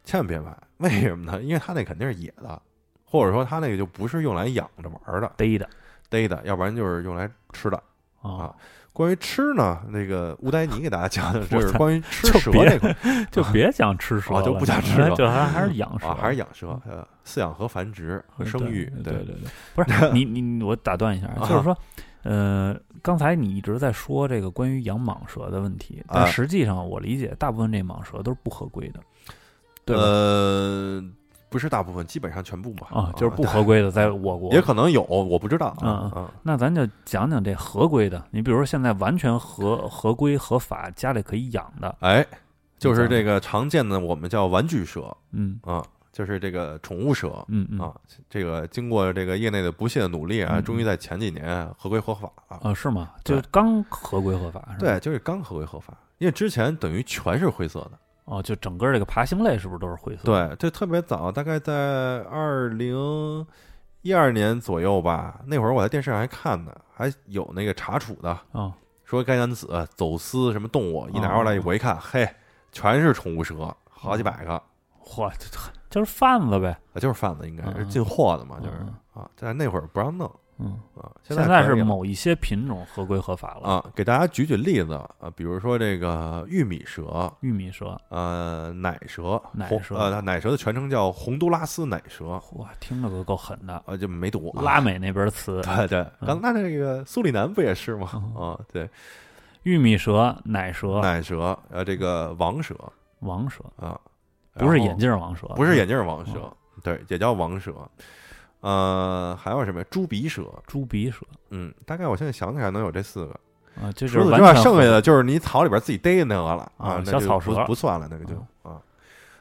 千万别买。为什么呢？因为它那肯定是野的，或者说它那个就不是用来养着玩的、逮的逮的，要不然就是用来吃的。啊啊，关于吃呢，那个乌呆尼给大家讲 的我就是操关于吃就蛇别 那块儿就别想吃蛇啊了，就不想吃哎蛇就还还是养蛇，啊，还是养蛇，呃，饲养和繁殖和嗯生对育，对对对，不是你你你我打断一下，啊啊就是说，呃，刚才你一直在说这个关于养蟒蛇的问题，但啊实际上我理解，大部分这蟒蛇都是不合规的，对吧？呃，不是大部分，基本上全部嘛。啊，就是不合规的，在我国呃也可能有，我不知道嗯啊嗯啊。那咱就讲讲这合规的。你比如说现在完全合合规合法，家里可以养的，哎，就是你讲这个常见的，我们叫玩具蛇嗯啊，就是这个宠物蛇嗯嗯啊。这个经过这个业内的不懈的努力啊，嗯终于在前几年合规合法了。啊是吗？对就刚合规合法是吧？对，就是刚合规合法，因为之前等于全是灰色的。哦，就整个这个爬行类是不是都是灰色？，对，这特别早，大概在二零一二年左右吧。那会儿我在电视上还看呢，还有那个查处的，哦说该男子走私什么动物，一拿出来哦我一看，嘿，全是宠物蛇，好几百个，啊嚯，这这就是贩子呗。就是贩子应该是嗯进货的嘛，就是嗯啊，但那会儿不让弄嗯，啊，现在在可以是了某一些品种合规合法了。啊，给大家举举例子啊，比如说这个玉米蛇，玉米蛇，呃，奶蛇，奶红蛇呃，奶蛇的全称叫洪都拉斯奶蛇，嚯，听着都够狠的。啊，就没读啊拉美那边词，对对，刚那那个苏里南不也是吗？嗯啊啊，对，玉米蛇、奶蛇、奶蛇，呃，这个王蛇王蛇，啊，不是然后眼，镜王蛇，嗯不是眼镜王蛇，对，也叫王蛇。呃，还有什么呀？猪鼻蛇，猪鼻蛇嗯，大概我现在想起来能有这四个。啊，这就是除此完之外，全剩合下的就是你草里边自己逮的那个了啊那小就草不蛇嗯不算了，那个就啊。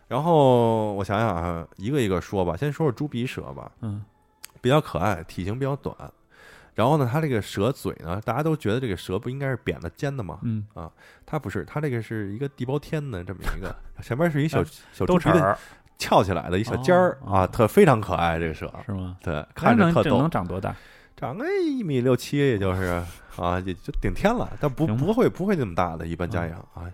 然后我想想啊，一个一个说吧，先说说猪鼻蛇吧。嗯比较可爱，体型比较短。然后呢，它这个蛇嘴呢，大家都觉得这个蛇不应该是扁的、尖的吗？嗯，它不是，它这个是一个地包天的这么一 个，前面是一小啊小兜猪齿鼻的儿翘起来的一小尖儿、哦啊，特非常可爱这个蛇，是吗？对，它看着能特这逗能，长多大？长个一米六七，也就是啊，也就顶天了，但不行吧不会不会那么大的，一般嗯家养啊，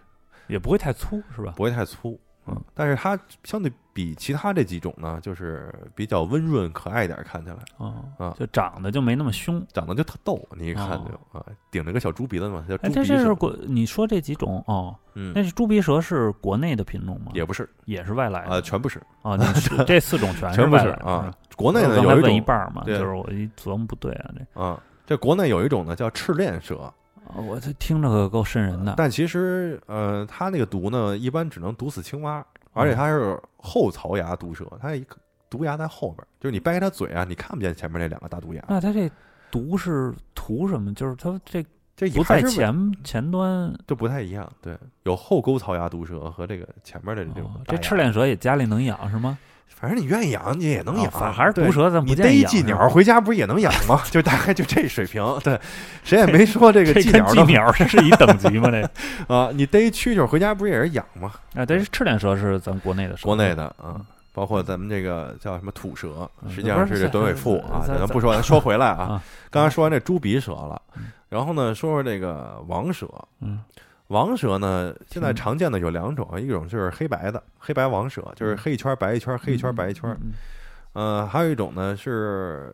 也不会太粗是吧？不会太粗。嗯，但是它相对比其他这几种呢，就是比较温润可爱一点，看起来哦啊，就长得就没那么凶。长得就特逗，你一看就、啊，顶着个小猪鼻子嘛，叫哦哎，猪这鼻这是蛇。国，你说这几种哦，那嗯，是猪鼻蛇是国内的品种吗？也不是也是外来啊，的全不是，啊，你 是这四种全是全不外是来的啊吧。国内我呢刚才有问一种半儿嘛，对就是我一琢磨不对啊，这啊，这国内有一种呢叫赤练蛇，啊我这听着可够瘆人的。但其实呃，它那个毒呢，一般只能毒死青蛙，而且它是后槽牙毒蛇，它一个毒牙在后边儿，就是你掰开它嘴啊，你看不见前面那两个大毒牙，那它这毒是图什么？就是它这这不还在是前前端。就不太一样，对，有后沟槽牙毒蛇和这个前面的这种哦大这牙赤，练蛇也家里能养是吗？反正你愿意养你也能哦养，反正还是对毒蛇，咱你不建逮议一养寄是吧 鸟回家不是也能养吗？就大概就这水平。对，谁也没说这个 这寄跟鸟寄的鸟是一等级吗？这啊，你逮一蛐蛐回家不是也是养吗？啊，这是赤脸蛇是咱们国内的蛇，国内的啊嗯，包括咱们这个叫什么土蛇，嗯实际上不是是这短尾腹咱啊。咱咱不说，咱说回来啊啊，刚才说完这猪鼻蛇了嗯，然后呢，说说这个王蛇。嗯，王蛇呢，现在挺常见的有两种，一种就是黑白的黑白王蛇，就是黑一圈儿白一圈儿，黑一圈儿白一圈儿。嗯，嗯呃，还有一种呢是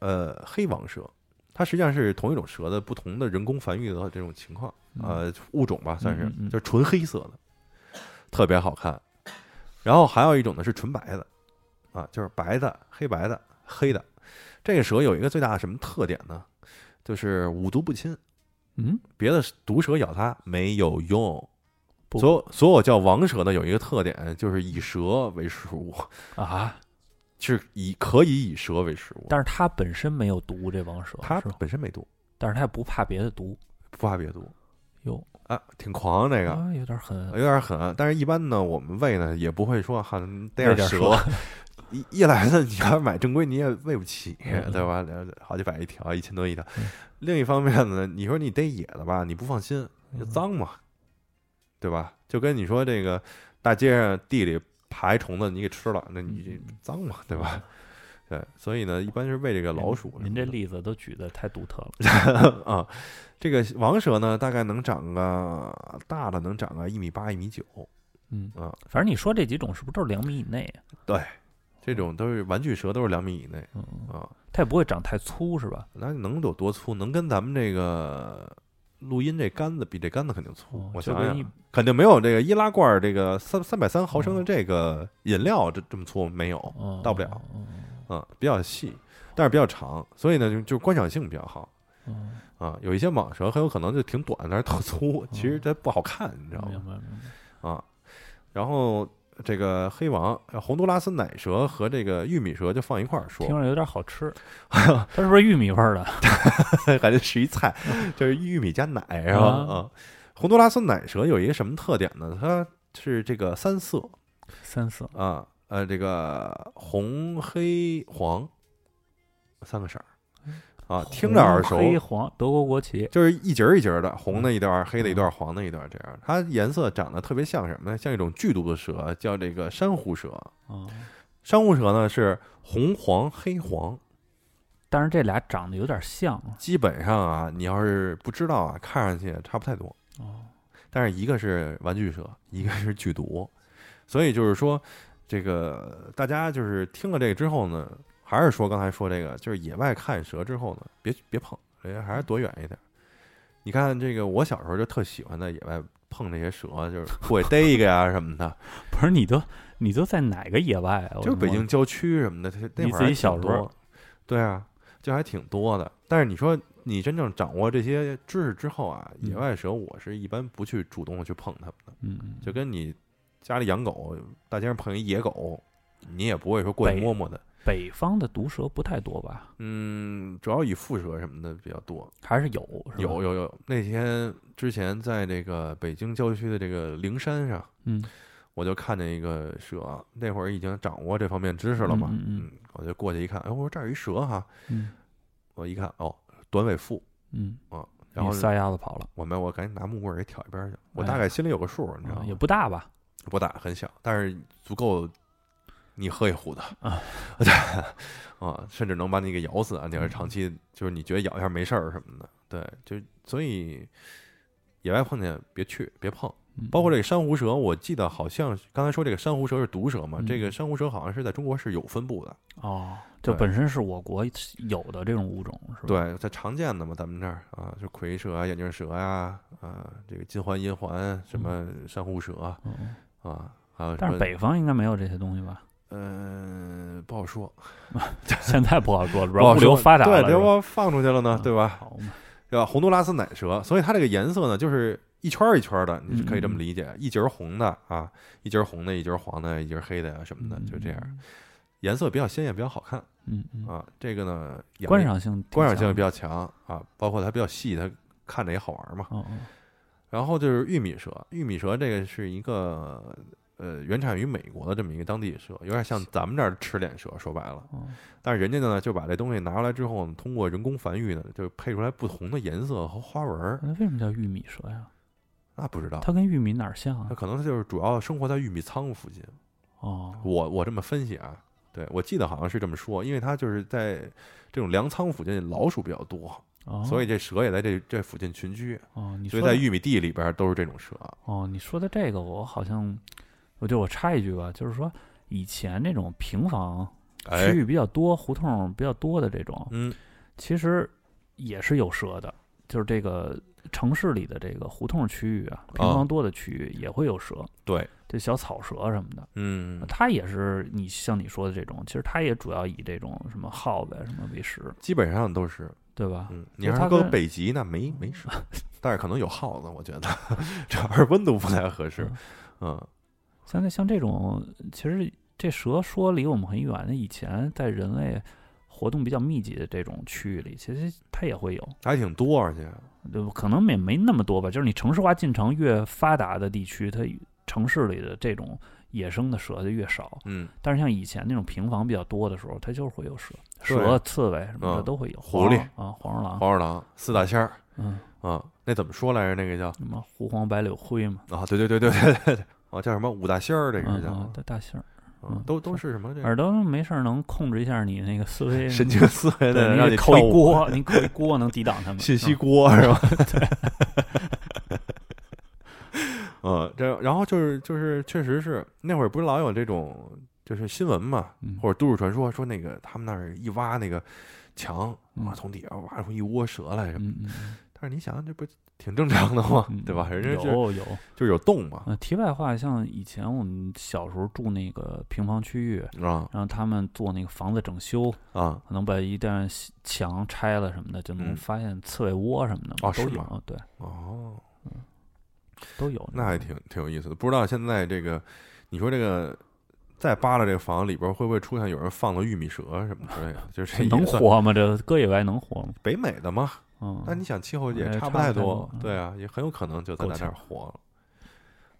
呃黑王蛇，它实际上是同一种蛇的不同的人工繁育的这种情况，嗯呃物种吧算是嗯嗯，嗯就是纯黑色的，特别好看。然后还有一种呢是纯白的，啊，就是白的、黑白的、黑的。这个蛇有一个最大的什么特点呢？就是五毒不侵，嗯，别的毒蛇咬它没有用。不所有所有叫王蛇的有一个特点，就是以蛇为食物， 嗯啊，是以可以以蛇为食物。但是它本身没有毒，这王蛇它是吧本身没毒，但是它也不怕别的毒，不怕别毒哟，啊，挺狂这个，啊，有点狠有，点狠。啊但是一般呢，我们喂呢也不会说哈逮着喂点蛇蛇，一一来呢，你要买正规你也喂不起，嗯嗯对吧？两好几百一条，一千多一条嗯。另一方面呢，你说你逮野的吧，你不放心，嗯就脏嘛，对吧？就跟你说这个大街上地里爬一虫子，你给吃了，那嗯你这脏嘛，对吧？对，所以呢，一般是喂这个老鼠什么的。您这例子都举的太独特了， 啊，这个王蛇呢，大概能长个大的能长个一米八、一米九，嗯啊，反正你说这几种是不是都是两米以内？啊这种都是玩具蛇，都是两米以内嗯，嗯啊。它也不会长太粗是吧？那能有多粗？能跟咱们这个录音这杆子比这杆子肯定粗。哦我就想跟一嗯想，肯定没有这个易拉罐儿这个三三百三毫升的这个饮料这这么粗没有，哦到不了，哦嗯，比较细，但是比较长，所以呢就就观赏性比较好。哦啊，有一些蟒蛇很有可能就挺短，但是特粗，其实它不好看，你知道哦吗明？白明白，啊，然后这个黑王、呃洪都拉斯奶蛇和这个玉米蛇就放一块儿说，听着有点好吃， 它是不是玉米味儿的？ 感觉是一菜，就是玉米加奶，是吧？啊啊，洪都拉斯奶蛇有一个什么特点呢？它是这个三色三色啊，呃，这个红、黑、黄三个色儿啊，听着耳熟嗯红，黑嗯黄德国国旗，就是一节儿一节儿的，红的一段儿，黑的一段儿，黄的一段儿，这样。它颜色长得特别像什么呢？像一种剧毒的蛇，叫这个珊瑚蛇。嗯，珊瑚蛇呢是红黄黑黄，但是这俩长得有点像啊基本上啊，你要是不知道啊，看上去也差不太多。哦，但是一个是玩具蛇，一个是剧毒，所以就是说，这个大家就是听了这个之后呢，还是说刚才说这个，就是野外看蛇之后呢，别别碰，人家还是躲远一点。你看这个，我小时候就特喜欢在野外碰这些蛇，就是过去逮一个呀什么的，不是你都你都在哪个野外啊？我就是的北妈京郊区什么的，它那你会儿自己还小挺时候多，对啊，就还挺多的。但是你说你真正掌握这些知识之后啊，野嗯外蛇我是一般不去主动的去碰它们的。嗯，嗯就跟你家里养狗，大街上碰一野狗，你也不会说过去北摸摸的。北方的毒蛇不太多吧？嗯，主要以蝮蛇什么的比较多。还是有是吧有有有，那天之前在这个北京郊区的这个灵山上，嗯我就看见一个蛇，那会儿已经掌握这方面知识了嘛，嗯嗯嗯我就过去一看，哎，我说这儿有一蛇哈，嗯我一看哦，短尾腹，嗯，然后你撒丫子跑了，我们我赶紧拿木棍儿给挑一边儿去，我哎大呀概心里有个数，你知道啊吗？也不大吧？不大，很小，但是足够你喝一壶的啊， 对啊，甚至能把你给咬死啊！你要是长嗯期就是你觉得咬一下没事儿什么的，对，就所以野外碰见别去别碰，嗯包括这个珊瑚蛇，我记得好像刚才说这个珊瑚蛇是毒蛇嘛，嗯这个珊瑚蛇好像是在中国是有分布的，哦，就对本身是我国有的这种物种是吧？对，在常见的嘛，咱们这儿啊，就蝰蛇啊、眼镜蛇呀、啊，这个金环、银环，什么珊瑚蛇啊嗯，嗯啊，还有什但是么？北方应该没有这些东西吧？ 嗯、不好说，现在不好说，主不好要物流说发达了，对，是这吧不放出去了呢啊，对吧？好嘛，对吧？洪都拉斯奶蛇，所以它这个颜色呢，就是一圈儿一圈儿的，你是可以这么嗯嗯理解，一节儿红的啊，一节儿红的，一节儿黄的，一节儿黑的啊什么的，就这样，颜色比较鲜艳，比较好看嗯嗯，啊。这个呢，养观一赏性挺观赏性强比较强啊，包括它比较细，它看着也好玩嘛。哦哦，然后就是玉米蛇，玉米蛇这个是一个呃原产于美国的这么一个当地蛇，有点像咱们这儿的赤脸蛇，说白了。哦但是人家呢就把这东西拿出来之后呢，通过人工繁育呢，就配出来不同的颜色和花纹儿。那为什么叫玉米蛇呀？那不知道，嗯它跟玉米哪儿像啊它？可能就是主要生活在玉米仓附近。 哦，我我这么分析啊，对我记得好像是这么说，因为它就是在这种粮仓附近老鼠比较多，哦所以这蛇也在这这附近群居，哦，你所说以在的玉米地里边都是这种蛇。哦，你说的这个，我好像，我就我插一句吧，就是说以前那种平房区哎，域比较多、胡同比较多的这种，嗯，其实也是有蛇的，就是这个城市里的这个胡同区域啊，平啊房多的区域也会有蛇，对，这小草蛇什么的。嗯，它也是你像你说的这种，其实它也主要以这种什么耗子呀什么为食，基本上都是，对吧？嗯，你因为要啊是它搁跟北极那没没蛇， 但是可能有耗子，我觉得主要是温度不太合适嗯。嗯，像这像这种，其实这蛇说离我们很远，那以前在人类活动比较密集的这种区域里，其实它也会有，还挺多，而且对吧可能也没那么多吧。就是你城市化进程越发达的地区，它城市里的这种野生的蛇就越少。嗯，但是像以前那种平房比较多的时候，它就是会有蛇，对蛇、刺猬什么的嗯都会有，狐狸黄啊、黄鼠狼，黄鼠狼、四大仙儿嗯，啊，那怎么说来着？那个叫什么狐黄白柳灰嘛，啊，对对对对对对对，啊，叫什么五大仙儿？这个嗯是叫嗯，大大杏儿，啊嗯都都是什么这耳个朵没事儿能控制一下你那个思维，神经思维的，嗯对，让你你扣跳一舞锅，你扣一锅能抵挡他们。信息嗯锅是 吧？嗯，这然后就是就是确实是那会儿不是老有这种就是新闻嘛，嗯或者都市传说说那个他们那儿一挖那个墙嗯啊，从底下挖出一窝蛇来什么， 嗯嗯但是你想这不挺正常的吗？嗯，对吧？人家就有有。就是有洞嘛，呃，题外话，像以前我们小时候住那个平房区域，啊然后他们做那个房子整修，啊，可能把一段西墙拆了什么的，就能嗯发现刺猬窝什么的嘛，哦都是有吗啊，对，哦，都有。那还挺挺有意思的。不知道现在这个你说这个再扒拉这个房里边儿会不会出现有人放了玉米蛇什么之类的？就是这也能算活吗？这搁野外能活吗？北美的嘛？嗯，那你想气候也哎差差不太太多多，嗯对啊，也很有可能就在够咱这儿呛活了。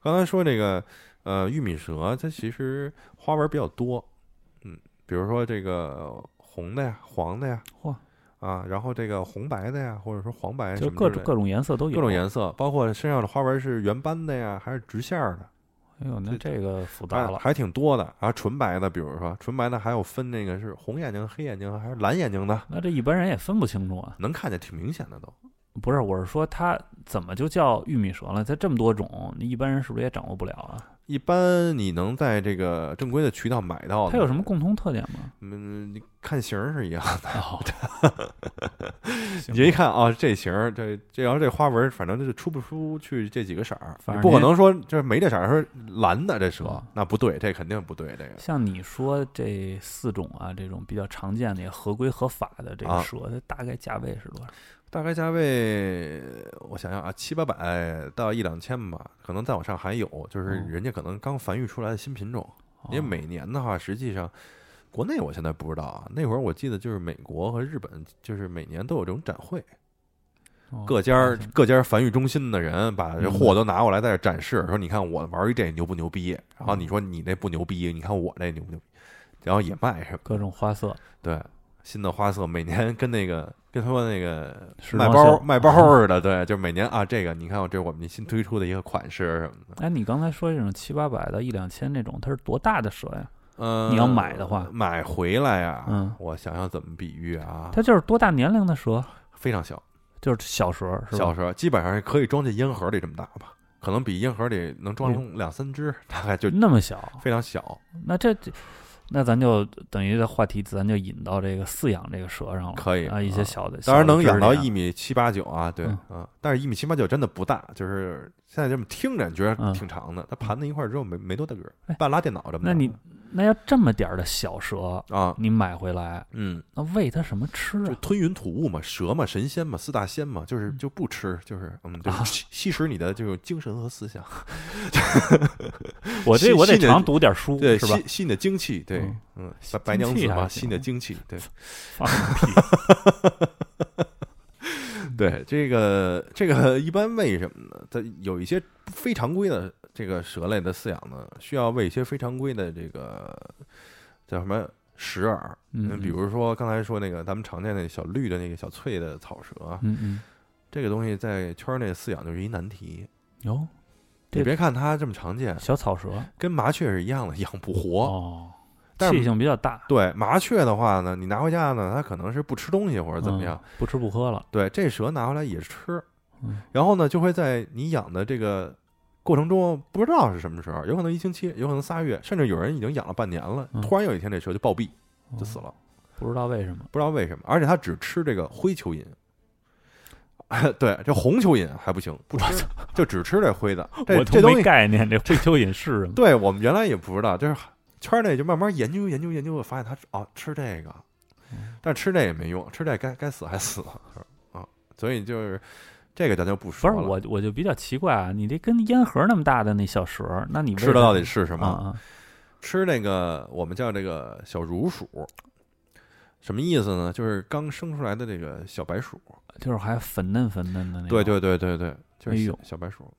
刚才说这个呃玉米蛇，它其实花纹比较多，嗯，比如说这个红的呀、黄的呀，嚯啊，然后这个红白的呀，或者说黄白什就么各之种类各种颜色都有，各种颜色，包括身上的花纹是圆斑的呀，还是直线儿的，哎呦，那这个复杂还了，还挺多的。然后纯白的，比如说纯白的还有分那个是红眼睛、黑眼睛还是蓝眼睛的，那这一般人也分不清楚啊。能看见挺明显的都。不是，我是说它怎么就叫玉米蛇了？它这么多种，你一般人是不是也掌握不了啊？一般你能在这个正规的渠道买到的，它有什么共同特点吗？嗯，你看型儿是一样的， 哦，你一看啊，这型儿，这这然后这花纹儿，反正就是出不出去这几个色儿，反你正不可您能说这没这色儿，说蓝的这蛇嗯，那不对，这肯定不对，这个像你说这四种啊，这种比较常见的、也合规合法的这啊个蛇，它大概价位是多少？大概价位，我想想啊，七八百到一两千吧，可能再往上还有，就是嗯人家可能刚繁育出来的新品种，因为哦每年的话，实际上国内我现在不知道啊，那会儿我记得就是美国和日本，就是每年都有这种展会，哦各家儿好像各家儿繁育中心的人把这嗯货都拿过来在这展示，说你看我玩一这牛不牛逼，然后嗯你说你那不牛逼，你看我这牛不牛逼，然后也卖是吧？各种花色，对，新的花色每年跟那个跟他们那个时卖装包秀嗯卖包似的，对，就每年啊这个你看这是我们新推出的一个款式什么的，哎，你刚才说这种七八百到一两千那种，它是多大的蛇呀？嗯，你要买的话买回来呀，嗯我想想怎么比喻啊，它就是多大年龄的蛇，非常小，就是小蛇，是吧？小蛇基本上可以装进烟盒里这么大吧，可能比烟盒里能装嗯上两三只， 大概就那么小，非常小。那这这，那咱就等于这话题，咱就引到这个饲养这个蛇上了。可以啊，一些小的，当然小的能养到知识点一米七八九啊，对嗯啊，但是一米七八九真的不大，就是现在这么听着你觉得嗯挺长的，它盘在一块儿之后没没多大个儿哎，半拉电脑这么大。那你那要这么点儿的小蛇，啊，你买回来，嗯，那喂它什么吃就啊？吞云吐雾嘛，蛇嘛，神仙嘛，四大仙嘛，就是就不吃，就是嗯，就是嗯啊吸吸食你的这种精神和思想，我吸这我吸得你的常读点书，对，是吧吸？吸你的精气，对嗯，嗯，白白娘精气子嘛，还吸行你的精气，对 放个屁！嗯对，这个这个一般喂什么呢？它有一些非常规的这个蛇类的饲养呢，需要喂一些非常规的这个叫什么食饵。嗯，比如说刚才说那个咱们常见那小绿的那个小翠的草蛇，嗯，嗯这个东西在圈内饲养就是一难题。嗯，哟，你这别看它这么常见，小草蛇跟麻雀是一样的，养不活。哦，但是气性比较大，对麻雀的话呢，你拿回家呢，它可能是不吃东西或者怎么样。嗯？不吃不喝了，对，这蛇拿回来也吃嗯，然后呢，就会在你养的这个过程中，不知道是什么时候，有可能一星期，有可能仨月，甚至有人已经养了半年了，嗯突然有一天这蛇就暴毙，就死哦，了，不知道为什么。不知道为什么，而且它只吃这个灰蚯蚓。 对，这红蚯蚓还不行，不吃，就只吃这灰的。这 我这都东没西，概念，这灰蚯蚓是 什么？对我们原来也不知道，就是圈内就慢慢研究研究研究，发现它啊吃这个，嗯但吃这也没用，吃这该该死还死 了啊，所以就是这个咱就不不说是了。我，我就比较奇怪啊！你这跟烟盒那么大的那小蛇，那你吃的到底是什什么？啊？吃那个我们叫这个小乳鼠，什么意思呢？就是刚生出来的这个小白鼠。啊就是还粉嫩粉嫩的那种。对对对对对，就哎是呦小小白鼠。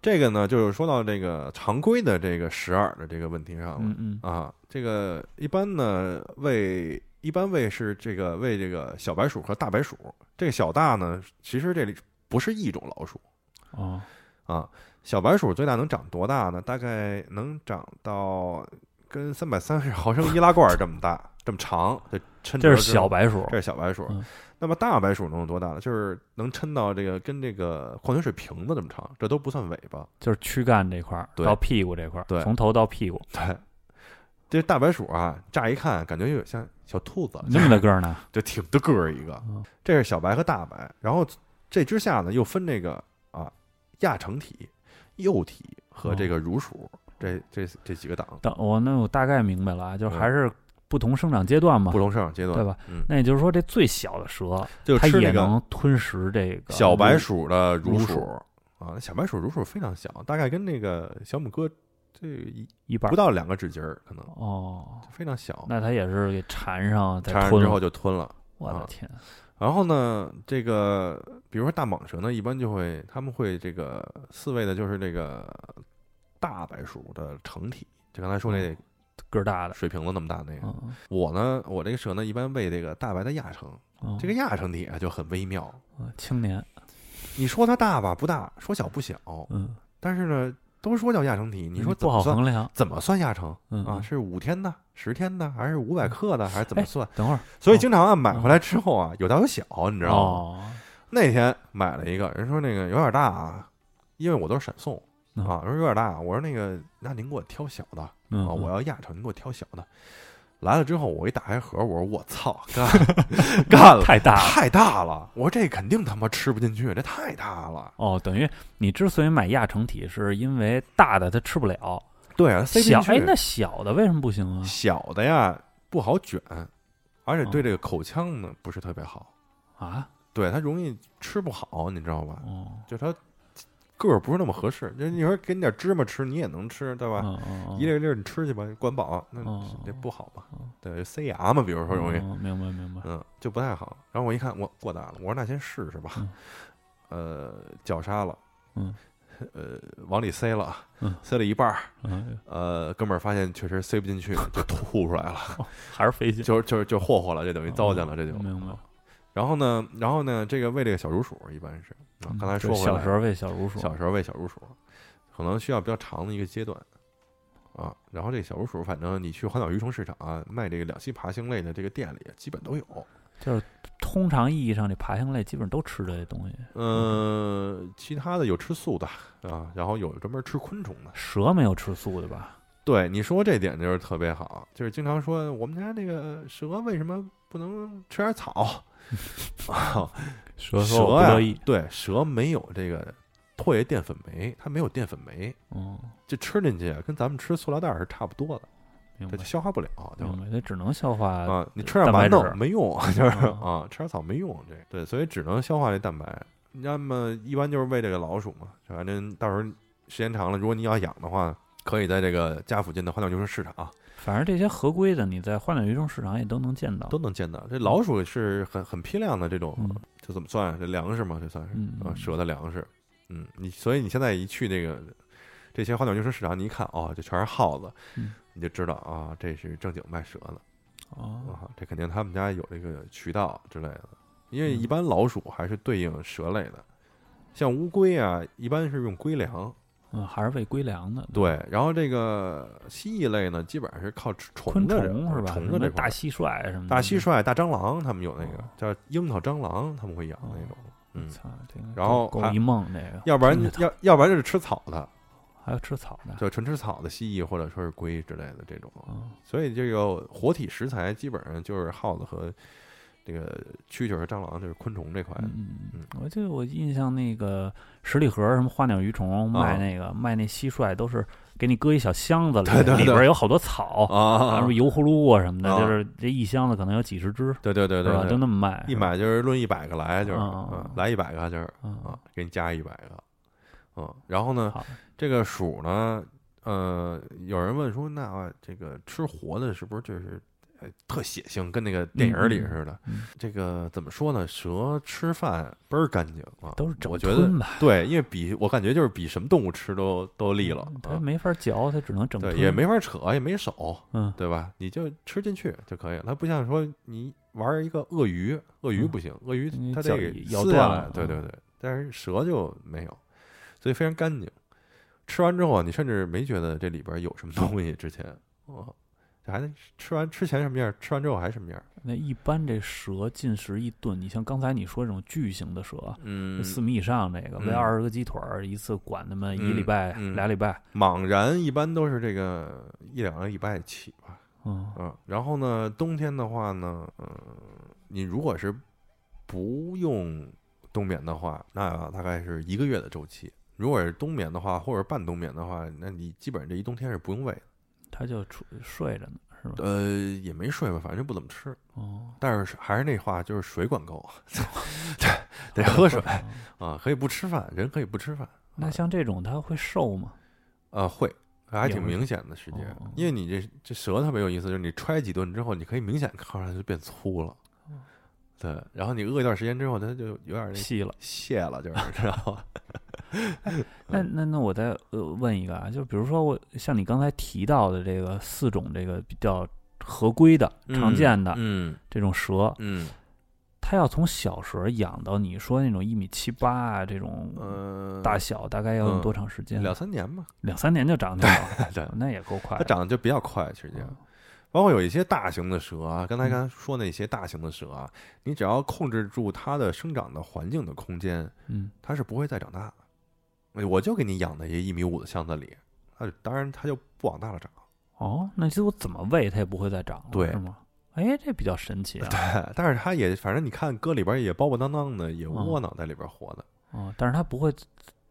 这个呢，就是说到这个常规的这个食饵的这个问题上了嗯嗯，啊。这个一般呢喂，一般喂是这个喂这个小白鼠和大白鼠。这个小大呢，其实这里不是一种老鼠，哦，啊，小白鼠最大能长多大呢？大概能长到跟三百三十毫升易拉罐儿这么大，这么长，这抻这直是直小，白鼠这，是小白鼠嗯。那么大白鼠能有多大呢？就是能抻到这个跟这个矿泉水瓶子这么长，这都不算尾巴。就是躯干这块儿对到屁股这块儿，对从头到屁股对，这大白鼠啊，乍一看感觉有点像小兔子，那么大个儿呢？就挺的个儿一个嗯。这是小白和大白，然后这之下呢又分这个啊亚成体、幼体和这哦个乳鼠。这这这几个档，等我那我大概明白了啊，就是嗯还是不同生长阶段嘛不，同生长阶段，对吧？嗯，那也就是说，这最小的蛇就它吃也那个能吞食这个小白乳鼠的乳乳鼠鼠啊，小白鼠乳鼠非常小，大概跟那个小拇哥这一一半不儿到两个指节儿，可能哦，非常小，那它也是给缠上再缠上吞之了后就吞了。我的啊天，然后呢，这个比如说大蟒蛇呢，一般就会他们会这个饲喂的就是这个大白鼠的成体，就刚才说哦那个儿大的，水瓶子那么大那个。嗯，我呢，我这个蛇呢，一般喂这个大白的亚成，嗯这个亚成体啊就很微妙。嗯青年，你说它大吧不大，说小不小，嗯，但是呢，都说叫亚成体，你说怎不么好算？衡量，怎么算亚成嗯啊？嗯是五天的、十天的，还是五百克的，还是怎么哎算？等会儿，所以哦经常啊买回来之后啊，有大有小，你知道吗？哦，那天买了一个，人说那个有点大啊，因为我都是闪送嗯啊，人说有点大，我说那个那您给我挑小的啊，嗯，我嗯要亚成，您给我挑小的。来了之后，我一打开盒，我说我操， 干干了，嗯太大了。太大了！我说这肯定他妈吃不进去，这太大了。哦，等于你之所以买亚成体，是因为大的它吃不了，对啊，塞不进小哎去。嗯那小的为什么不行啊？小的呀不好卷，而且对哦这个口腔呢不是特别好，啊，对它容易吃不好，你知道吧？哦，就它个儿不是那么合适。就你说给你点芝麻吃，你也能吃，对吧？嗯嗯嗯啊一粒一粒你吃去吧，管饱，那哦这不好嘛哦？对，塞牙嘛，比如说容易，嗯明白明白，嗯，就不太好。然后我一看，我过大了，我说那先试试吧嗯，呃，绞杀了，嗯，呃，往里塞了嗯，塞了一半儿，嗯，呃，哥们儿发现确实塞不进去， 就吐出来了，还是费劲，就就就霍霍了，这等于糟践了，这就。明白。嗯然后呢，然后呢，这个喂这个小乳鼠一般是，啊刚才嗯说对回小来时候喂小乳鼠，小时候喂小乳鼠，可能需要比较长的一个阶段啊。然后这小乳鼠，反正你去环岛鱼虫市场啊，卖这个两栖爬行类的这个店里，基本都有。通常意义上这爬行类基本上都吃这些东西，呃，其他的有吃素的啊，然后有专门吃昆虫的。蛇没有吃素的吧？对，你说这点就是特别好，就是经常说我们家那个蛇为什么不能吃点草？啊， 蛇蛇说我不呀乐意，对，蛇没有这个唾液淀粉酶，它没有淀粉酶，嗯，这吃进去啊跟咱们吃塑料袋儿是差不多的，明它白就消化不了，对吧明？白，它只能消化，啊，你吃点蛋白馒头质没用，就是嗯啊，吃点草没用，这对，所以只能消化这蛋白。那么一般就是喂这个老鼠嘛，反正到时候时间长了，如果你要养的话，可以在这个家附近的花鸟鱼虫市场啊反正这些合规的你在花鸟鱼虫市场也都能见到都，能见到。这老鼠是很很批量的这种嗯，这怎么算啊？这粮食嘛，这算是嗯啊，嗯蛇的粮食。嗯，你所以你现在一去那个这些花鸟鱼虫市场，你一看哦，这全是耗子嗯，你就知道啊，这是正经卖蛇的。哦，啊，这肯定他们家有这个渠道之类的，因为嗯一般老鼠还是对应蛇类的，像乌龟啊，一般是用龟粮，嗯，还是喂龟粮的，对，然后这个蜥蜴类呢，基本上是靠吃虫昆子虫这是吧？虫什子么这块大儿蟋蟀什么的，大蟋蟀、大蟑螂，他们有那个哦叫樱桃蟑螂，他们会养那种，嗯，操，这个然后狗还一梦这个，要不然就听 着疼要要不然就是吃草的，还有吃草的，就纯吃草的蜥蜴或者说是龟之类的这种，嗯，所以这个活体食材基本上就是耗子和这个蛐蛐儿和蟑螂，就是昆虫这块的。嗯嗯嗯，我记得我印象那个十里河什么花鸟鱼啊虫卖那个、卖那蟋蟀都是给你搁一小箱子里，对对对里边有好多草， 啊什么油葫芦啊什么的，啊就是这一箱子可能有几十只，对对对对是吧？就对，那么卖，一买就是论一百个来，就是嗯嗯嗯嗯来一百个就是啊啊，，给你加一百个，嗯，然后呢，好，这个鼠呢，呃，有人问说，那啊这个吃活的是不是就是呃特血腥，跟那个电影里似的嗯嗯？这个怎么说呢？蛇吃饭倍儿干净啊，都是整我觉得吞吧，对，因为比我感觉就是比什么动物吃都都利了，嗯它啊没法嚼，它只能整对，吞，也没法扯，也没手，嗯对吧？你就吃进去就可以了。它不像说你玩一个鳄鱼，鳄鱼嗯不行，鳄鱼你它脚得给一咬撕下断来了对嗯对对，但是蛇就没有，所以非常干净。吃完之后啊，你甚至没觉得这里边有什么东西。之前啊，这还能吃完吃前什么样，吃完之后还什么样。那一般这蛇进食一顿，你像刚才你说这种巨型的蛇。嗯四米以上这个，嗯喂二十个鸡腿儿，一次管那么一嗯礼拜、嗯俩礼拜，蟒然一般都是这个一两个礼拜起吧。嗯，嗯，然后呢，冬天的话呢，嗯、你如果是不用冬眠的话，那大概是一个月的周期；如果是冬眠的话，或者半冬眠的话，那你基本上这一冬天是不用喂的，它就出睡着呢，是吧？呃，也没睡吧，反正就不怎么吃。哦，但是还是那话，就是水管够， 对，得喝水啊啊，可以不吃饭，人可以不吃饭，那像这种它会瘦吗？啊，会还挺明显的时间哦，因为你这这舌特别有意思，就是你揣几顿之后，你可以明显看出来它就变粗了，对，然后你饿一段时间之后，它就有点那细了。泄了， 就是知道吧？那嗯那那我再呃问一个啊，就比如说我像你刚才提到的这个四种这个比较合规的、常见的嗯这种蛇，嗯它要从小蛇养到你说那种一米七八啊这种呃，大小，大概要用嗯多长时间？两三年吧，两三年就长大了，对那也够快它的。长得就比较快，实际上。包括有一些大型的蛇啊，刚才刚才说那些大型的蛇啊，你只要控制住它的生长的环境的空间，嗯，它是不会再长大的。哎我就给你养在一一米五的箱子里，它当然它就不往大了长。 哦，那就我怎么喂它也不会再长了，对是吗？哎，这比较神奇啊！哎但是它也反正你看搁里边也包包当当的，也窝囊在里边活的。哦，但是它不会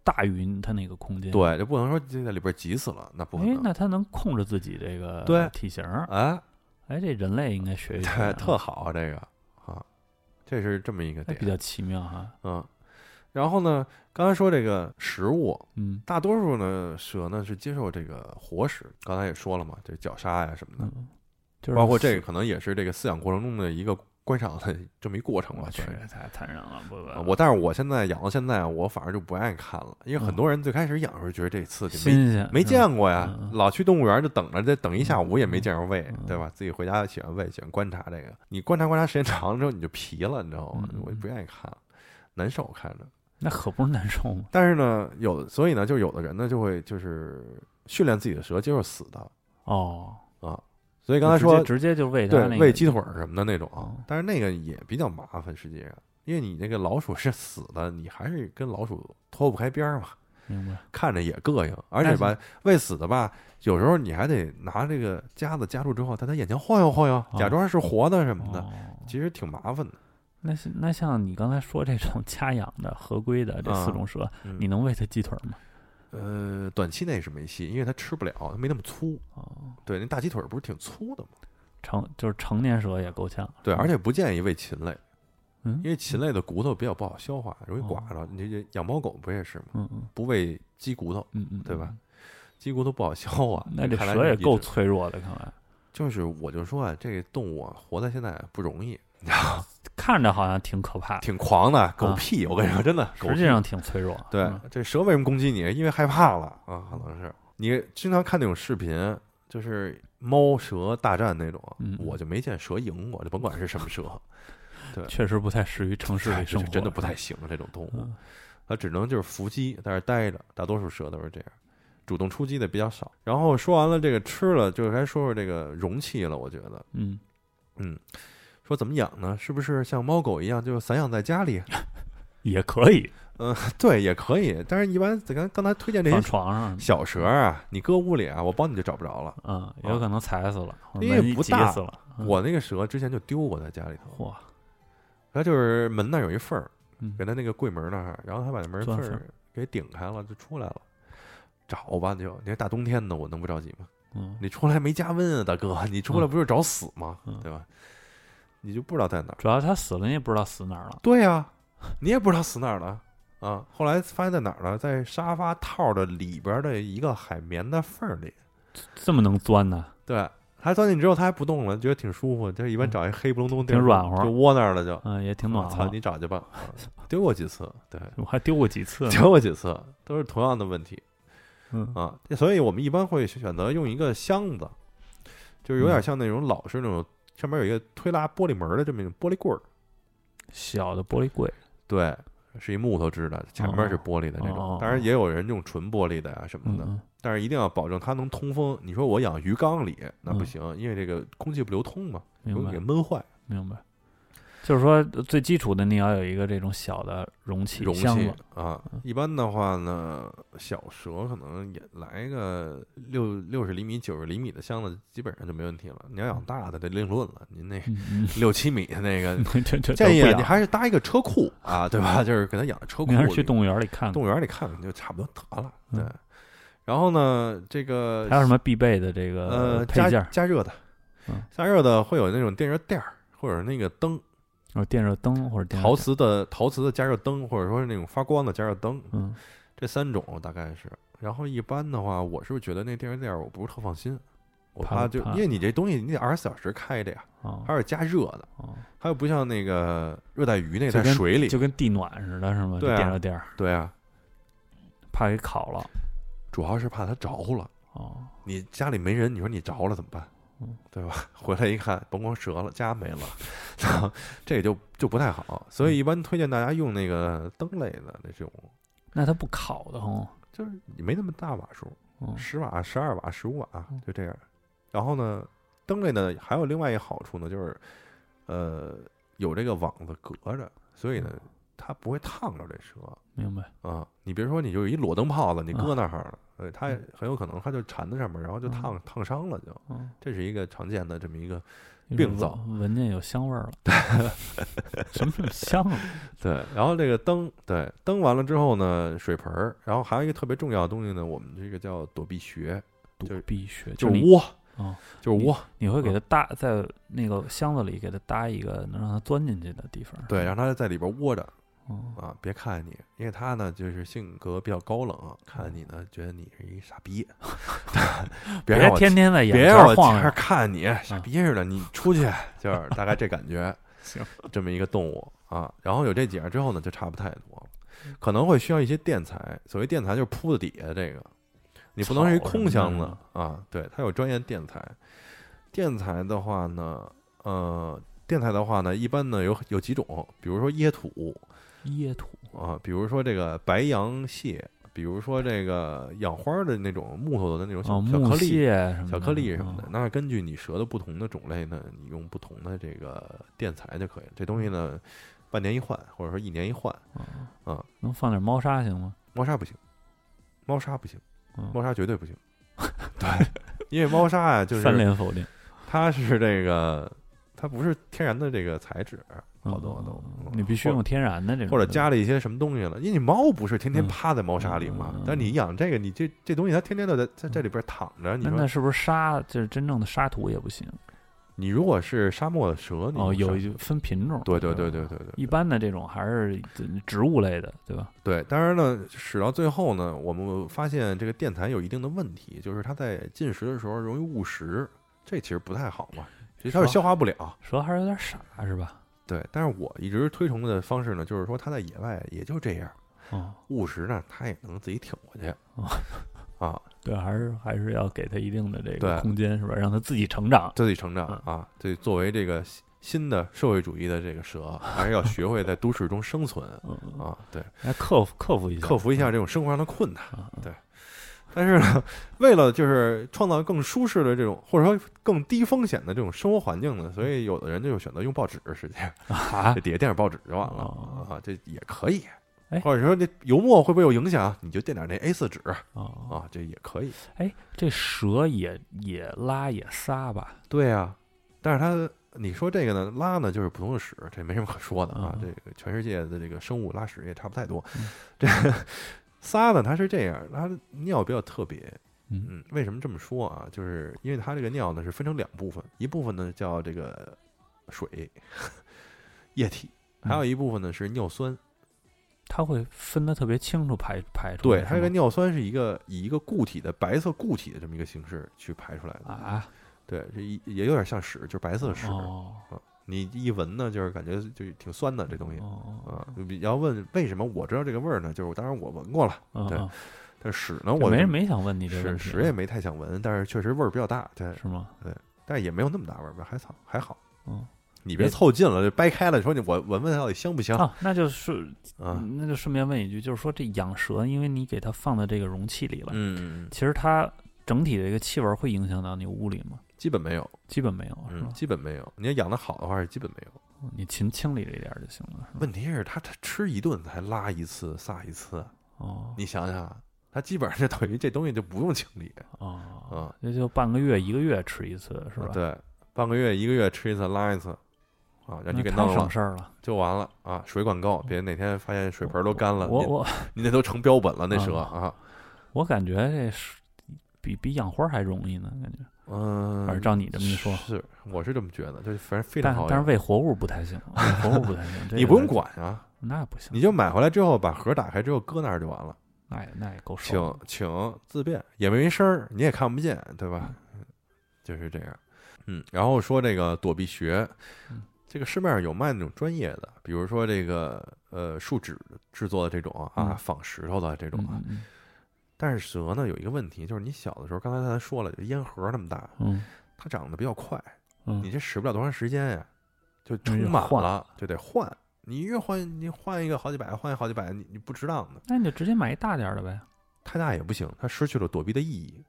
大于它那个空间。，对，就不能说就在里边急死了，那不可哎，能。那它能控制自己这个对体型儿，哎，哎，这人类应该学一学啊，对，特好啊，这个啊，这是这么一个哎点比。较奇妙哈。嗯，然后呢，刚才说这个食物，嗯大多数呢蛇呢是接受这个活食，刚才也说了嘛，这绞杀呀、什么的，嗯，就是包括这个可能也是这个饲养过程中的一个观赏的 这么一过程吧，我去算是。，太残忍了，不啊不，我但是我现在养到现在，啊我反而就不爱看了，因为很多人最开始养的时候觉得这刺激，没嗯新鲜没嗯见过呀嗯，嗯老去动物园就等着，这等一下午也没见着喂嗯，对吧？自己回家喜欢喂，喜欢观察这个，你观察观察时间长了之后你就皮了，你知道吗嗯嗯？我就不愿意看了，难受看着。那可不是难受吗？但是呢，有所以呢，就有的人呢就会就是训练自己的蛇接受死的哦，啊，所以刚才说直接直接就喂它对那个喂鸡腿儿什么的那种啊哦，但是那个也比较麻烦，实际上，因为你那个老鼠是死的，你还是跟老鼠脱不开边儿嘛，明白？看着也膈应，而且吧喂死的吧，有时候你还得拿这个夹子夹住之后，在它眼前晃悠晃悠，假装是活的什么的，哦其实挺麻烦的。那是那像你刚才说这种 家养的合规的这四种蛇，嗯你能喂它鸡腿吗？呃，短期内是没戏，因为它吃不了，它没那么粗。哦，对，那大鸡腿儿不是挺粗的吗？成就是成年蛇也够呛。对，而且且不建议喂禽类，嗯因为禽类的骨头比较不好消化，容易哦刮着。你这养猫狗不也是吗？嗯嗯不喂鸡骨头，嗯嗯，对吧？鸡骨头不好消化嗯？，那这看来蛇是也一够直。脆弱的，看来就是我就说啊，这个动物啊活在现在不容易，看着好像挺可怕，挺狂的，狗啊屁！我跟你说，真的，狗实际屁上挺脆 弱。对嗯这蛇为什么攻击你？因为害怕了啊，可能是你经常看那种视频，就是猫蛇大战那种，嗯我就没见蛇赢过，就甭管是什么蛇，确实不太适于城市哎里这生是活，真的不太行这种动物。嗯。它只能就是伏击，在那儿待着。大多数蛇都是这样，主动出击的比较少。然后说完了这个吃了，就该说说这个容器了。我觉得嗯，说怎么养呢？是不是像猫狗一样，就散养在家里？ 也可以对，也可以。但是，一般咱刚才推荐这放些床上，小蛇啊，你搁屋里啊，我帮你就找不着了。嗯，也有可能踩死了，因为门一哦哎不挤大死了。嗯我那个蛇之前就丢过在家里头，嚯，它就是门那儿有一缝儿，嗯给它那个柜门那儿，然后它把那门缝钻缝儿给顶开了，就出来了。找吧就，你看大冬天的，我能不着急吗？嗯，你出来没加温啊，大哥，你出来嗯不是找死吗？嗯对吧？你就不知道在哪儿。主要它死了，你也不知道死哪儿 了。对呀、你也不知道死哪儿了啊！后来发现在哪儿了，在沙发套的里边的一个海绵的缝儿里。这么能钻呢？对，它钻进去之后，它还不动了，觉得挺舒服。就是一般找一黑不隆咚地儿，嗯挺软和就窝那儿了就。嗯，也挺我暖操，和你。找去吧。啊丢过几次，对，我还丢过几次呢。 丢过几次，都是同样的问题嗯啊。所以我们一般会选择用一个箱子，就是嗯有点像那种老式那种上面有一个推拉玻璃门儿的这么一种玻璃棍儿，小的玻璃柜，对，是一木头制的，前面是玻璃的这种。哦哦当然也有人用纯玻璃的呀、什么嗯的，嗯，但是一定要保证它能通风。你说我养鱼缸里那不嗯行，因为这个空气不流通嘛，容明易给白闷坏。明白。就是说，最基础的你要有一个这种小的容器容箱器子，啊，嗯一般的话呢，小蛇可能也来个六六十厘米、九十厘米的箱子，基本上就没问题了。你要养大的，这另论了。您那嗯嗯，六七米的那个 这这建议嗯都啊不你养还是搭一个车库啊，对吧？就是给它养在车库你还是里，去动物园里看看动，物园里看看就差不多得了。对嗯，然后呢，这个还有什么必备的这呃个配加件儿？加热的嗯，加热的会有那种电热垫儿，或者那个灯，有电热灯或者电热陶灯，瓷的陶瓷的加热灯，或者说是那种发光的加热灯，嗯，这三种大概是，然后一般的话，我是觉得那电视店我不是特放心，我怕怕就怕因为你这东西你得二十四小时开着呀，啊还有加热的，啊，还有不像那个热带鱼那就在跟水里，就跟地暖似的，是吗？对啊就垫着垫儿，对啊，怕给烤了。主要是怕它着了。哦，你家里没人，你说你着了怎么办嗯？对吧？ 回来一看，甭光折了，家没了， 这就就不太好。所嗯以一般推荐大家用那个灯类的那种，那它不烤的哦。就是你没那么大瓦数，嗯十瓦、十二瓦、十五瓦嗯就这样。然后呢，灯类呢还有另外一个好处呢，就是呃有这个网子隔着，所以呢嗯它不会烫着这蛇明白，啊。你别说你就一裸灯泡子，你啊搁那儿了，呃，它也很有可能它就缠在上面，然后就烫烫伤了就。嗯，这是一个常见的这么一个一病闻灶闻见有香味儿了，什么有香啊？对，然后这个灯，对灯完了之后呢，水盆儿，然后还有一个特别重要的东西呢，我们这个叫躲避穴，躲 就是避穴，就你是窝，哦，就是窝，你会给嗯它搭在那个箱子里，给它搭一个能让它钻进去的地方。对，让它在里边窝着嗯，啊，别看你，因为它呢就是性格比较高冷，看你呢觉得你是一傻逼， 别让别我天天在眼别前让我晃天悠嗯天看你傻逼似的，你出去，就是大概这感觉， 行，这么一个动物啊。然后有这几样之后呢，就差不太多了，可能会需要一些垫材，所谓垫材就是铺的底下这个，你不能是一草什么空箱的子啊，对，它有专业垫材。垫材的话呢，呃，垫材的话呢，一般呢有有几种，比如说椰土椰土啊，比如说这个白杨蟹。比如说这个养花的那种木头的那种小哦，小颗木粒，屑什么的小颗粒什么的嗯。那根据你蛇的不同的种类呢，你用不同的这个垫材就可以了。这东西呢，半年一换，或者说一年一换。嗯嗯能放点猫砂行吗？猫砂不行，猫砂不行，嗯猫砂绝对不 行。对，因为猫砂啊，就三是连否定，它是这个，它不是天然的这个材质，好多嗯都嗯你必须用天然的这种，或者加了一些什么东西了。因为你猫不是天天嗯趴在猫砂里嘛，嗯嗯嗯嗯但你养这个，你这这东西它天天都在在在里边躺着，你那那说是不是沙就是真正的沙土也不行？你如果是沙漠的蛇，你哦，用有沙一分品种。对对吧对对对对，一般的这种还是植物类的，对吧？对，当然呢，使到最后呢，我们发现这个电台有一定的问题，就是它在进食的时候容易误食，这其实不太好嘛，其实它是消化不了。蛇还是有点傻，是吧？对，但是我一直推崇的方式呢，就是说它在野外也就这样，哦，误食呢它也能自己挺过去。啊，对，还是还是要给它一定的这个对空间，是吧？让它自己成长。自己成长嗯啊，对，作为这个新新的社会主义的这个蛇，还是要学会在都市中生存嗯，嗯啊，对。来克服克服一下，克服一下这种生活上的困难啊。对，但是呢，为了就是创造更舒适的这种，或者说更低风险的这种生活环境呢，所以有的人就选择用报纸，实际上啊这！底下垫点报纸就完哦了啊，这也可以哎。或者说这油墨会不会有影响？你就垫点那 A 4纸哦，啊，这也可以。哎，这蛇也也拉也撒吧？对啊，但是它。你说这个呢，拉呢就是普通的屎，这没什么可说的啊嗯。这个全世界的这个生物拉屎也差不太多嗯。这撒呢，它是这样，它尿比较特别，嗯嗯，为什么这么说啊？就是因为它这个尿呢是分成两部分，一部分呢叫这个水液体，嗯还有一部分呢是尿酸。它会分得特别清楚排排出来。对，它这是个吗尿酸是一个以一个固体的白色固体的这么一个形式去排出来的。啊，对，这一也有点像屎，就是白色屎。哦你一闻呢，就是感觉就是挺酸的这东西。哦啊，你要问为什么我知道这个味儿呢？就是当然我闻过了，哦，对哦但是屎呢，我我没就没想问你这个是问题，屎也没太想闻，但是确实味儿比较大，对，是吗？但是也没有那么大味儿吧，还好还好。嗯，你别凑近了，这掰开了，说你我闻闻它到底香不香啊，嗯那就是啊？那就顺便问一句，就是说这养蛇，因为你给它放在这个容器里了，嗯，其实它整体的一个气味会影响到你屋里吗？基本没有，基本没哦有，是嗯，吧？基本没有。你要养的好的话是基本没有。你勤清理了一点儿就行了。是吧问题是它它吃一顿才拉一次撒一次，啊哦你想想，它基本上就等于这东西就不用清理，哦，啊，那就半个月、一个月吃一次，是吧？，对，半个月一个月吃一次拉一次，啊，让你给太弄了省事儿了。就完了啊！水管够，别哪天发现水盆都干了，我嗯你我你那都成标本了那蛇啊，我感觉这是比比养花还容易呢，感觉。嗯反正，照你这么一说，是，我是这么觉得，就是反正非常但好但是养。喂活物不太行，喂 活物不太行。这你个不用，管啊，那不行，你就买回来之后把盒打开之后搁那儿就完了。那也那也够请受的。请自便，也没声儿，你也看不见，对吧？就是这样。嗯，然后说这个躲避学嗯，这个市面上有卖那种专业的，比如说这个呃树脂制作的这种啊，嗯仿石头的这种啊。嗯嗯但是蛇呢有一个问题，就是你小的时候，刚才咱说了，就烟盒那么大，嗯它长得比较快，嗯，你这使不了多长时间呀，就那充就满换了，就得换。你越换，你换一个好几百，换一个好几百，你你不值当的。那你就直接买一大点儿的呗。太大也不行，它失去了躲避的意义，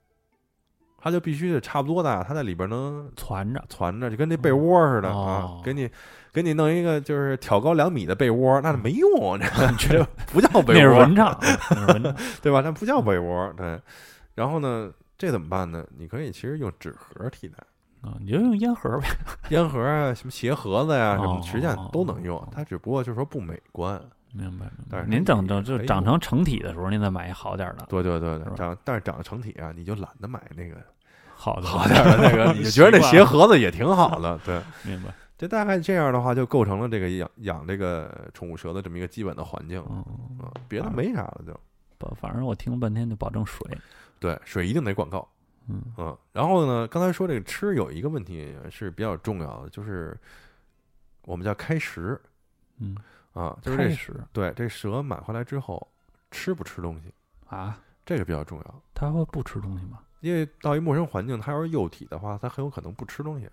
它就必须得差不多啊大，它在里边能攒着，攒着，就跟那被窝似的、哦啊，给你给你弄一个就是挑高两米的被窝，那没用，啊 这这不叫那被是窝蚊，帐，那是蚊帐。对吧？那不叫被窝，对。然后呢，这怎么办呢？你可以其实用纸盒替代，啊，你就用烟盒呗。烟盒啊，什么鞋盒子呀、什么哦实际上都能哦用，它只不过就是说不美观。明白明但白。是您等可着就以长成成体的时候，您再买一好点儿的，对对对是吧对，长但是长得成体啊，你就懒得买那个好的好点儿的 那个，你就觉得那鞋盒子也挺好的，对。明白。这大概这样的话，就构成了这个养养这个宠物蛇的这么一个基本的环境啊、嗯，嗯别的没啥了就。不，反正我听了半天就保证水。对，水一定得管够，嗯嗯。然后呢，刚才说这个吃有一个问题是比较重要的，就是我们叫开食嗯，啊，就是开这始对这蛇买回来之后吃不吃东西，啊，这个比较重要。它会不吃东西吗？因为到一陌生环境，它要是幼体的话，它很有可能不吃东西。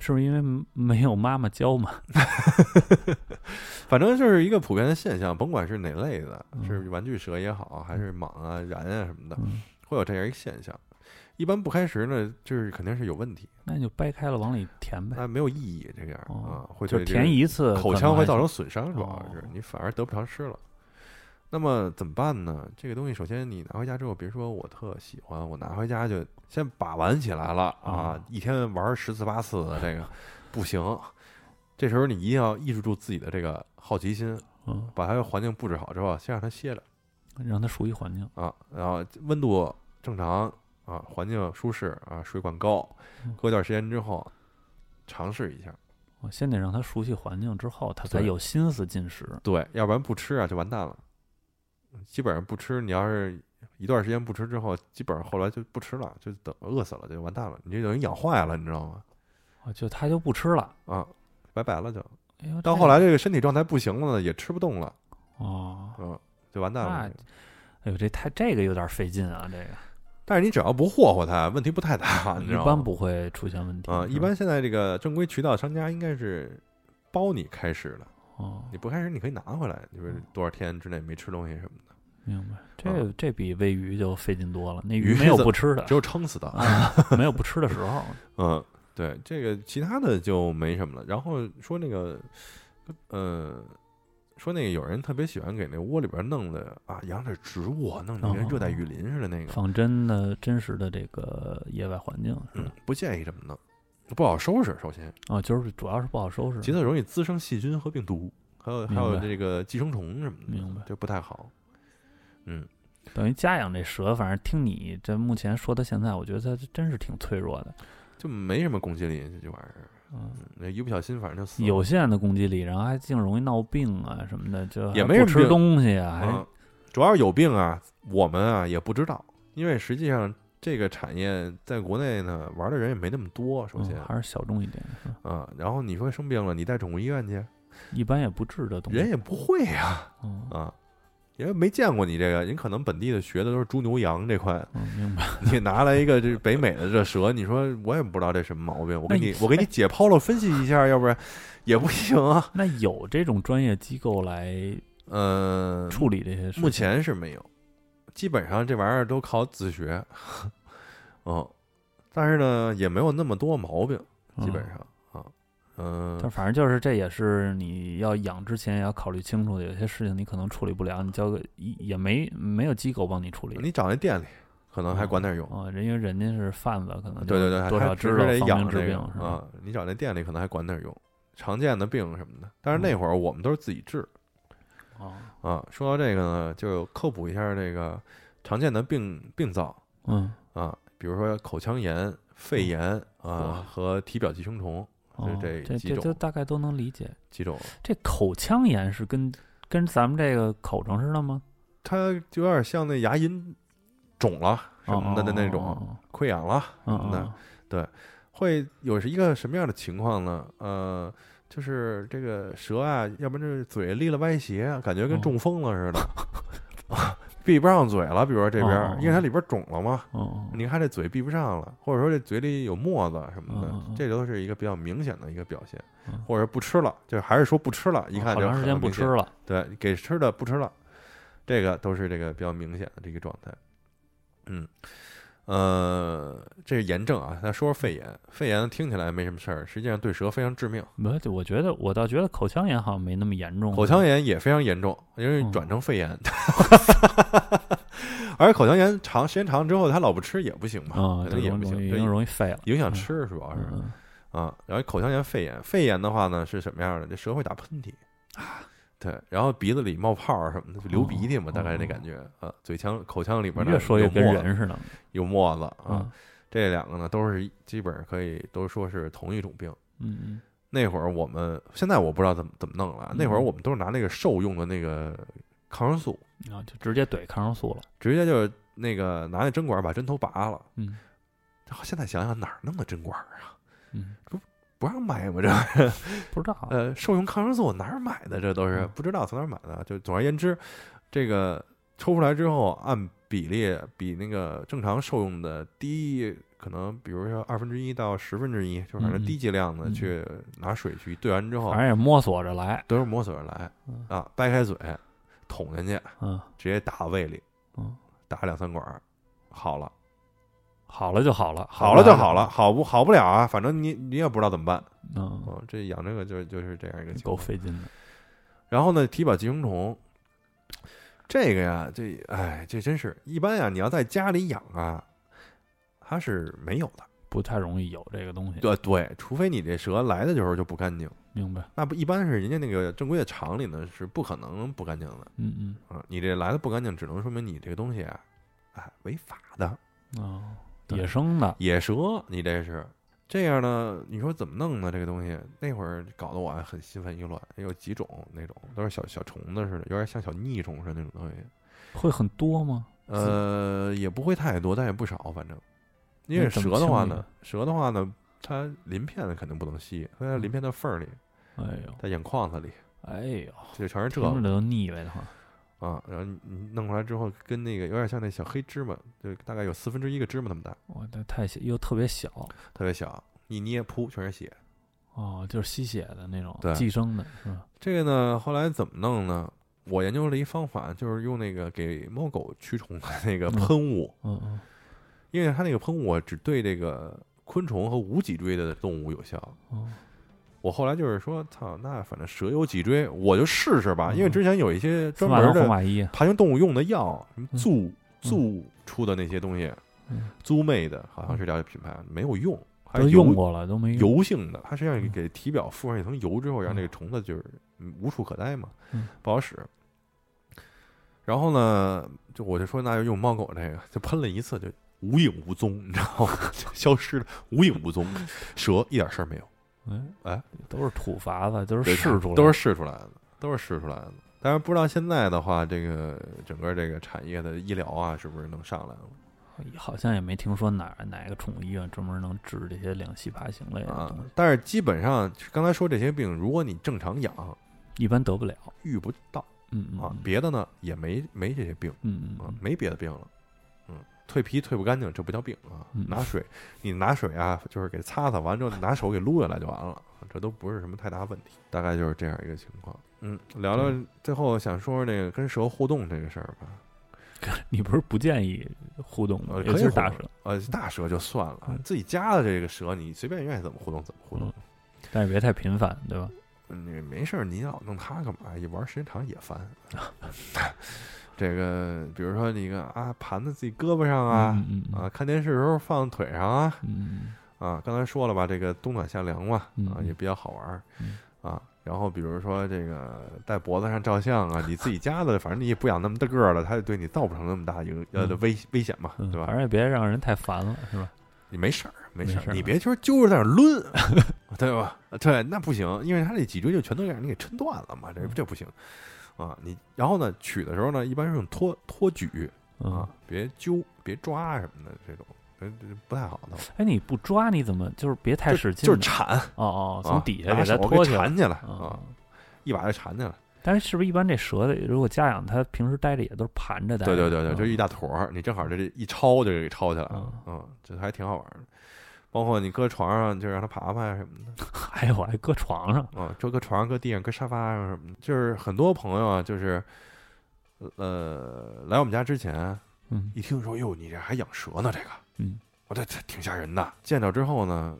是不是因为没有妈妈教嘛？反正就是一个普遍的现象，甭管是哪类的，嗯是玩具蛇也好，还是蟒啊、蚺啊什么的，嗯，会有这样一个现象。一般不开食呢，就是肯定是有问题，那你就掰开了往里填呗，那没有意义，这样啊哦，会就对这个填一次，口腔会造成损伤，主要哦是你反而得不偿失了。那么怎么办呢？这个东西首先你拿回家之后，别说我特喜欢，我拿回家就先把玩起来了啊啊，一天玩十次八次的这个不行。这时候你一定要抑制住自己的这个好奇心，嗯，把它的环境布置好之后，先让它歇着让它熟悉环境。啊，然后温度正常啊，环境舒适啊，水管够嗯，过段时间之后尝试一下，我先得让它熟悉环境之后，它才对有心思进食。对，要不然不吃啊就完蛋了。基本上不吃，你要是一段时间不吃之后，基本上后来就不吃了，就等饿死了就完蛋了，你这等于养坏了，你知道吗？啊就它就不吃了。啊，拜拜了就。哎呦，到这后来这个身体状态不行了呢，也吃不动了，哦，嗯，就完蛋了那。哎呦，这太这个有点费劲啊，这个但是你只要不霍霍它，问题不太大，你知一道般吗？不嗯会出现问题啊，一是吧般现在这个正规渠道商家应该是包你开始的，哦，你不开始你可以拿回来，嗯就是多少天之内没吃东西什么的，明白。这嗯这比喂鱼就费劲多了，那鱼鱼没有怎不吃的只，有撑死的。啊，没有不吃的时 候。嗯，对，这个其他的就没什么了。然后说那个，呃，说那个有人特别喜欢给那窝里边弄的啊，养点植物啊，弄得哦跟热带雨林似的那个，仿真的真实的这个野外环境是嗯吧？，不建议这么弄，不好收拾。首先，哦，就是主要是不好收拾。其次容易滋生细菌和病毒，还有还有明白这个寄生虫什么的，明白就不太好。嗯，等于家养这蛇，反正听你这目前说到现在，我觉得它真是挺脆弱的。就没什么攻击力，这这玩意儿，嗯，那一不小心反正就死了。有限的攻击力，然后还净容易闹病啊什么的，就也还没什不么吃病东西啊，啊还，主要是有病啊，我们啊也不知道，因为实际上这个产业在国内呢玩的人也没那么多，首先嗯还是小众一点，是吧啊，然后你说生病了，你带宠物医院去，一般也不治这东西。人也不会呀嗯啊，因为没见过你这个，人可能本地的学的都是猪牛羊这块，嗯，明白。你拿来一个这北美的这蛇，你说我也不知道这什么毛病，我给那你你我给你解剖了分析一下，要不然也不行啊，那有这种专业机构来嗯，处理这些事情？目前是没有，基本上这玩意儿都靠自学， 嗯，但是呢也没有那么多毛病，基本嗯上啊，嗯、但反正就是，这也是你要养之前也要考虑清楚的，有些事情你可能处理不了，你交个也也没没有机构帮你处理。你找那店里可能还管点用，啊，人因为人家是贩子，可能对对对，就多还少只知是道得防养病治这病个是吧？啊，你找那店里可能还管点用，常见的病什么的，但是那嗯会儿我们都是自己治啊，啊。说到这个呢，就科普一下这个常见的病病灶嗯，啊，比如说口腔炎、肺炎哇啊和体表寄生虫哦这这几这都种大概都能理解。几种。这口腔炎是跟跟咱们这个口症似的吗？它就有点像那牙龈肿了什么的的那种哦，溃疡了，嗯那会有是一个什么样的情况呢？呃，就是这个舌啊，要不然就是嘴立了歪斜啊，感觉跟哦中风了似的， 闭不上嘴了。比如说这边哦哦儿哦，因为它里边儿肿了嘛，哦，你看这嘴闭不上了，或者说这嘴里有沫子什么的嗯嗯嗯，这都是一个比较明显的一个表现嗯。哦或者不吃了，就还是说不吃了，一看好就长时间很不明吃显了，对，给吃的不吃了，这个都是这个比较明显的这个状态。嗯，呃，这是炎症啊。再说说肺炎，肺炎听起来没什么事儿，实际上对舌非常致命，不，就我觉得我倒觉得口腔炎好像没那么严重。口腔炎也非常严重，因为嗯转成肺炎。 而口腔炎长时间长了之后，他老不吃也不行嘛，啊，可这能也种不行容，易对容易容易废了。影响吃主要是嗯嗯啊。然后口腔炎、肺炎，肺炎的话呢是什么样的？这舌会打喷嚏。对，然后鼻子里冒泡儿什么的，就流鼻涕嘛，啊哦大概那感觉啊。嘴腔、口腔里边呢越说越有跟沫人似的。有沫子啊嗯，这两个呢都是基本上可以都说是同一种病。嗯嗯，那会儿我们现在我不知道怎么怎么弄了啊，嗯那会儿我们都是拿那个兽用的那个抗生素，然嗯啊后就直接怼抗生素了。直接就是那个拿那针管把针头拔了。嗯现在想想哪儿弄的针管啊？嗯，不让买吗？这不知道。呃，兽用抗生素哪儿买的？这都是啊嗯不知道从哪儿买的。啊就总而言之，这个抽出来之后，按比例比那个正常兽用的低，可能比如说二分之一到十分之一，就反嗯正嗯低剂量的嗯去拿水去兑完之后反，正也摸索着来。都是摸索着来嗯啊，掰开嘴捅进去，嗯直接打胃里，嗯，打两三管儿，好了，好了就好了，好了就好了，。好不好不了啊，反正你你也不知道怎么办。嗯，哦，这养这个就就是这样一个情够况。费劲的。然后呢，体表寄生虫，这个呀，这哎，这真是一般呀。你要在家里养啊，它是没有的。不太容易有这个东西，对对，除非你这蛇来的时候就不干净，明白？那不一般是人家那个正规的厂里呢是不可能不干净的嗯啊。你这来的不干净，只能说明你这个东西啊，哎，违法的嗯，哦，对野生的，野蛇，你这是。这样呢？你说怎么弄呢？这个东西那会儿搞得我还很心烦意乱，有几种那种都是小小虫子似的，有点像小腻虫似的那种东西。会很多吗？呃，也不会太多，但也不少，反正。因那为怎蛇么的清话理呢呢，蛇的话呢，它鳞片肯定不能吸，它在鳞片的缝儿里，哎呦，在眼眶子里，哎呦，就全是这听个着都腻歪的慌。啊。然后你你弄出来之后，跟那个有点像那小黑芝麻，就大概有四分之一个芝麻那么大，我这太小，又特别小特别小，一捏噗全是血。哦，就是吸血的那种对，寄生的是吧？这个呢，后来怎么弄呢？我研究了一方法，就是用那个给猫狗驱虫的那个嗯喷雾，嗯嗯，因为它那个喷雾啊只对这个昆虫和无脊椎的动物有效，哦，我后来就是说，操，那反正蛇有脊椎，我就试试吧。因为之前有一些司专嗯马门龙红啊的马医，爬行动物用的药，什么嗯租租出的那些东西嗯，租妹的好像是叫这品牌，没有用，还都是用油过了，都没用。油性的，它实际上嗯给体表附上一层油之后，让这个虫子就是嗯无处可待嘛嗯，不好使。然后呢，就我就说那就用猫狗这个，就喷了一次就无影无踪，你知道吗？ 就消失了，无影无踪，蛇一点事儿没有。哎哎，都是土法子，都是对试出来的，都是试出来的，都是试出来的。但是不知道现在的话，这个整个这个产业的医疗啊，是不是能上来了好像也没听说哪儿哪个宠物医院专门能治这些两栖爬行类的啊东西，？但是基本上刚才说这些病，如果你正常养，一般得不了。遇不到嗯嗯啊嗯，别的呢也没没这些病嗯啊嗯，没别的病了。嗯，蜕皮蜕不干净，这不叫病啊嗯。拿水，你拿水啊，就是给擦擦，完之后拿手给撸下来就完了，这都不是什么太大问题。大概就是这样一个情况。嗯，聊聊最后想说说那个跟蛇互动这个事儿吧。嗯，你不是不建议互动吗呃？尤可其以是互大动蛇，呃，大蛇就算了，嗯自己家的这个蛇，你随便愿意怎么互动怎么互动，但是别太频繁，对吧？你没事儿，你老弄它干嘛？一玩时间长也 烦。 这个，比如说那个啊，盘在自己胳膊上啊，嗯嗯啊，看电视的时候放腿上啊，嗯啊，刚才说了吧，这个冬暖夏凉嘛，嗯啊，嗯也比较好玩儿嗯，啊。然后比如说这个戴脖子上照相啊，你自己家的，反正你也不养那么大个儿了，它就对你造不成那么大影呃嗯危危险嘛，嗯，对吧反？正也别让人太烦了，是吧？你没事儿，没事没事儿，儿你别就是揪着在那儿 抡，对吧？对，那不行，因为他那脊椎就全都让你给抻断了嘛，这嗯这不行啊。你然后呢，取的时候呢，一般是用托托举啊嗯，，别揪，别抓啊什么的这种，这这不太好的。哎，你不抓你怎么就是别太就使劲就呢？是铲，哦哦，啊从底下拿给它手拖起来缠起来啊啊，。一把就缠起来。但是是不是一般这蛇的，如果家养它平时待着也都是盘着待对着？啊对对对，嗯就一大坨儿，你正好这一抄就给抄起来了，嗯，这还挺好玩的。包括你搁床上，就让它爬爬呀什么的。还有哎还搁床上，啊，就搁床上、搁地上、搁沙发上什么的，就是很多朋友啊，就是呃来我们家之前嗯一听说，哟，你这还养蛇呢？这个，嗯，我这这挺吓人的。见着之后呢，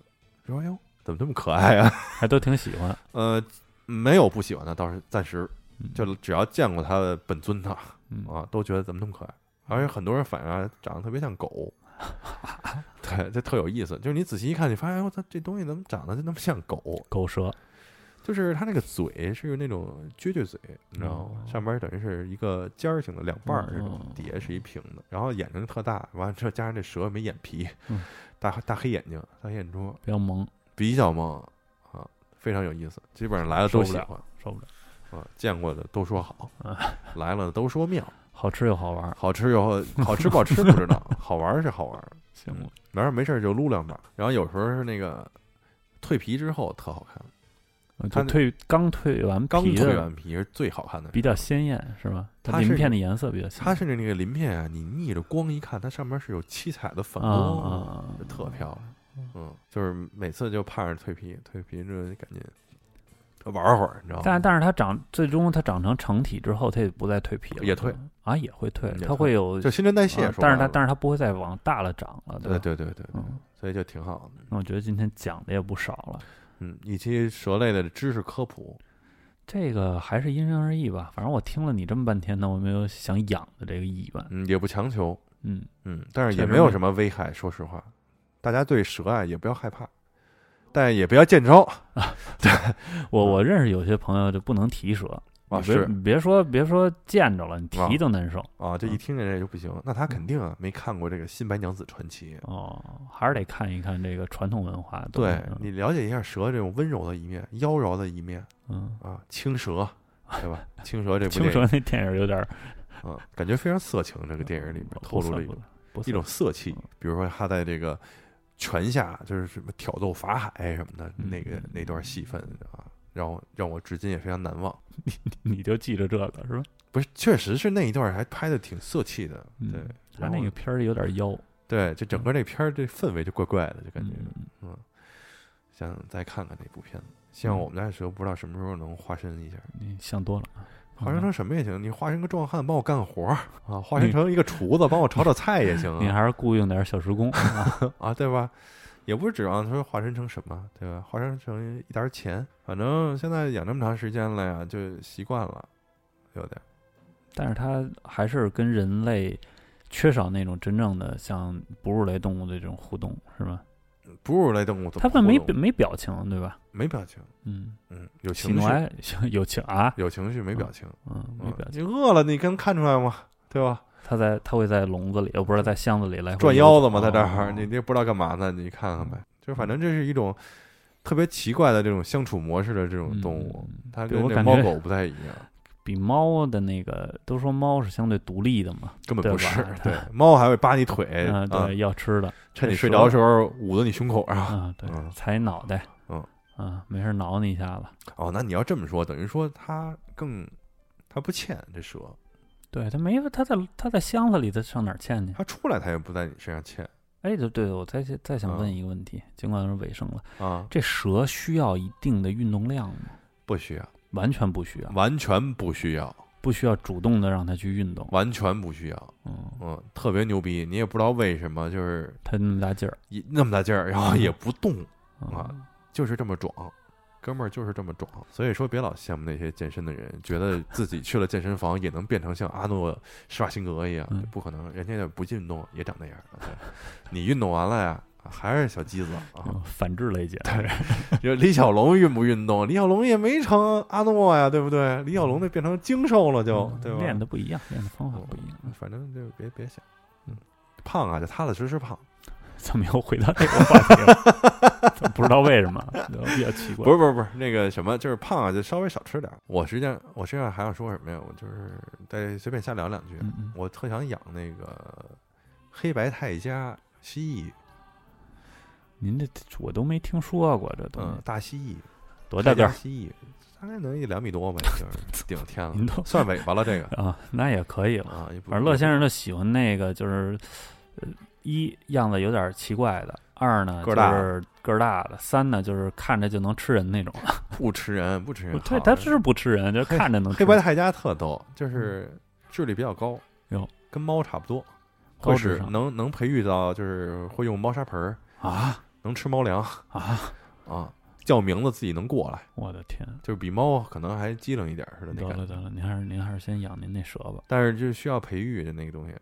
说哟，怎么这么可爱啊？ 还都挺喜欢。呃，没有不喜欢的，倒是暂时嗯就只要见过它的本尊它嗯啊，都觉得怎么那么可爱。而且很多人反映啊长得特别像狗，对，这特有意思。就是你仔细一看，你发现我操，这东西怎么长得就那么像狗？狗蛇，就是它那个嘴是那种撅撅嘴，你知道吗？哦上边等于是一个尖儿型的，两半儿这种嗯嗯，嗯底下是一平的，然后眼睛特大，完了之后加上这蛇没眼皮嗯，大大黑眼睛，大黑眼珠，比较萌，比较萌啊，非常有意思。基本上来了都喜受欢受不了。啊，见过的都说好啊，来了都说妙，好吃又好玩儿，好吃又好吃不好吃不知 道，好玩儿是好玩儿，行嗯吗？完事儿没事儿就撸两把，然后有时候是那个蜕皮之后特好看，我它嗯就那蜕刚蜕完刚皮蜕的完皮是最好看的时候。比较鲜艳是吧？它它是鳞片的颜色比较鲜它甚至那个鳞片啊，你逆着光一看，它上面是有七彩的反啊光，啊啊就特漂亮。嗯，就是每次就盼着蜕皮，蜕皮之后就赶紧玩会儿，你知道但吗？但是它长最终它长成成体之后，它也不再蜕皮了，也是吧蜕啊，也会蜕也，它蜕会有就新陈代谢啊说白但是了、它但是它不会再往大了长了，对吧？对对对对，嗯，所以就挺好的。那我觉得今天讲的也不少了，嗯，以及蛇类的知识科普，这个还是因人而异吧。反正我听了你这么半天呢，我没有想养的这个意愿，嗯，也不强求，嗯，嗯，但是确也实没有没什么危害。说实话，大家对蛇啊也不要害怕，但也不要见招我我认识有些朋友就不能提蛇，嗯啊，你别是你别说别说见着了，你啊提都难受啊，这一听见这就不行。那他肯定啊没看过这个《新白娘子传奇》嗯哦，还是得看一看这个传统文化的东西。嗯对你了解一下蛇这种温柔的一面、妖娆的一面嗯，啊，青蛇，对吧？ 青蛇这部青电影蛇那电影有点儿啊，感觉非常色情。这个电影里嗯面透露了一不种算不一算种色气，嗯比如说他在这个泉下，就是什么挑逗法海什么的，嗯那个那段戏份啊，让我让我至今也非常难忘。你就记着这个是吧？不是，确实是那一段还拍的挺色气的，对嗯，他然后那个片儿有点妖，对，就整个这片儿这氛围就怪怪的，就感觉嗯嗯，想再看看那部片子。希嗯望我们家的蛇不知道什么时候能化身一下。你想多了啊。化身成什么也行，你化身个壮汉帮我干活儿啊，化身你成一个厨子帮我炒炒菜也行嗯 你啊，还是雇佣点小 时工啊，啊对吧？也不是指望说化身成什么，对吧？化身成一沓儿钱，反正现在养这么长时间了呀，就习惯了，有点儿。但是它还是跟人类缺少那种真正的像哺乳类动物的这种互动，是吧？哺乳类动物怎它么们没活动没表情，对吧？没表情，嗯，嗯，有喜情怒绪，哀 有情啊，有情绪没表情，嗯，没嗯表情。你饿了，你能看出来吗？对吧？它在它会在笼子里，呃，不是在箱子里来回转游腰子走嘛，在这儿，哦嗯你这不知道干嘛呢？你看看呗，就反正这是一种特别奇怪的这种相处模式的这种动物，嗯它对跟我那感猫觉狗不太一样，比猫的那个都说猫是相对独立的嘛，根本对不吧是。对它， 猫还会扒你腿嗯，啊对，，要吃的趁你这睡蛇着的时候捂到你胸口上。啊，对嗯，踩你脑袋，嗯啊，没事挠你一下子，哦，那你要这么说，等于说它更它不欠这蛇，对它没有，它在它在箱子里，它上哪儿欠去？它出来它也不在你身上欠哎，对对，我再再想啊问一个问题，尽管是尾声了，啊，这蛇需要一定的运动量吗？不需要，完全不需要，完全不需要，不需要主动的让它去运动，完全不需要。嗯，嗯，特别牛逼，你也不知道为什么，就是它那么大劲儿一那么大劲儿，然后也不动。啊嗯就是这么壮，哥们儿就是这么壮。所以说，别老羡慕那些健身的人，觉得自己去了健身房也能变成像阿诺·施瓦辛格一样，嗯不可能，人家也不运动也长那样。对你运动完了呀，还是小鸡子啊嗯？反制类节，就李小龙运不运动？李小龙也没成阿诺呀，对不对？李小龙那变成精瘦了就，嗯对吧？练的不一样，练的方法不一样。反正就别别想，嗯，胖啊就踏踏实实胖，怎么又回到这个话题了？ 不知道为什么，比较奇怪。不是不是不是那个什么，就是胖啊，就稍微少吃点儿。我实际上我实际上还想说什么呀？我就是再随便瞎聊两句。嗯，嗯我特想养那个黑白泰迦蜥蜴，您这我都没听说过这东嗯西，，大蜥蜴，多大个泰迦儿蜥蜴大概能一两米 多吧，就是顶天了您，都算尾巴了 这个啊？那也可以了。啊。也不反正乐先生就喜欢那个，就是呃一样子有点奇怪的，二呢个儿大就是个儿大的，三呢就是看着就能吃人那种。不吃人，不吃人。对，好他是不吃人，就黑看着能吃嗯黑白泰迦特逗，就是智力比较高，哟跟猫差不多，高会智使商能能培育到就是会用猫砂盆儿，啊能吃猫粮啊！啊，叫名字自己能过来，我的天！就是比猫可能还机灵一点儿似的那得感了觉得。了，您还是您还是先养您那蛇吧。但是就需要培育的那个东西，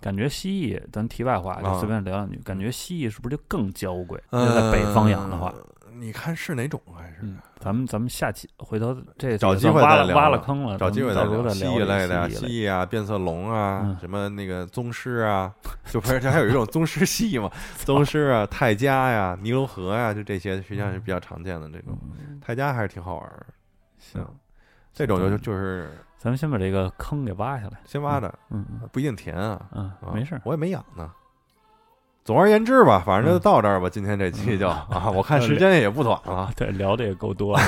感觉蜥蜴，咱题外话啊就随便聊两句，感觉蜥蜴是不是就更娇贵？要在呃北方养的话，，你看是哪种啊还是？嗯，咱们咱们下期回头这找这机会挖再了聊挖了吧坑了，找机会再咱们到时候聊蜥再聊蜴类的的啊，蜥蜴啊，变色龙啊嗯，什么那个宗师 啊，就不是这还有一种宗师蜥蜴嘛，宗师啊、泰迦呀、尼罗河呀，就这些实际上是比较常见的这种。嗯泰迦还是挺好玩儿，行，这种就就是咱们先把这个坑给挖下来。先挖着，嗯嗯不一定甜啊，嗯，啊没事 儿。嗯我也没养呢。总而言之吧，反正就到这儿吧，今天这期就啊，我看时间也不短 了对，聊的也够多了。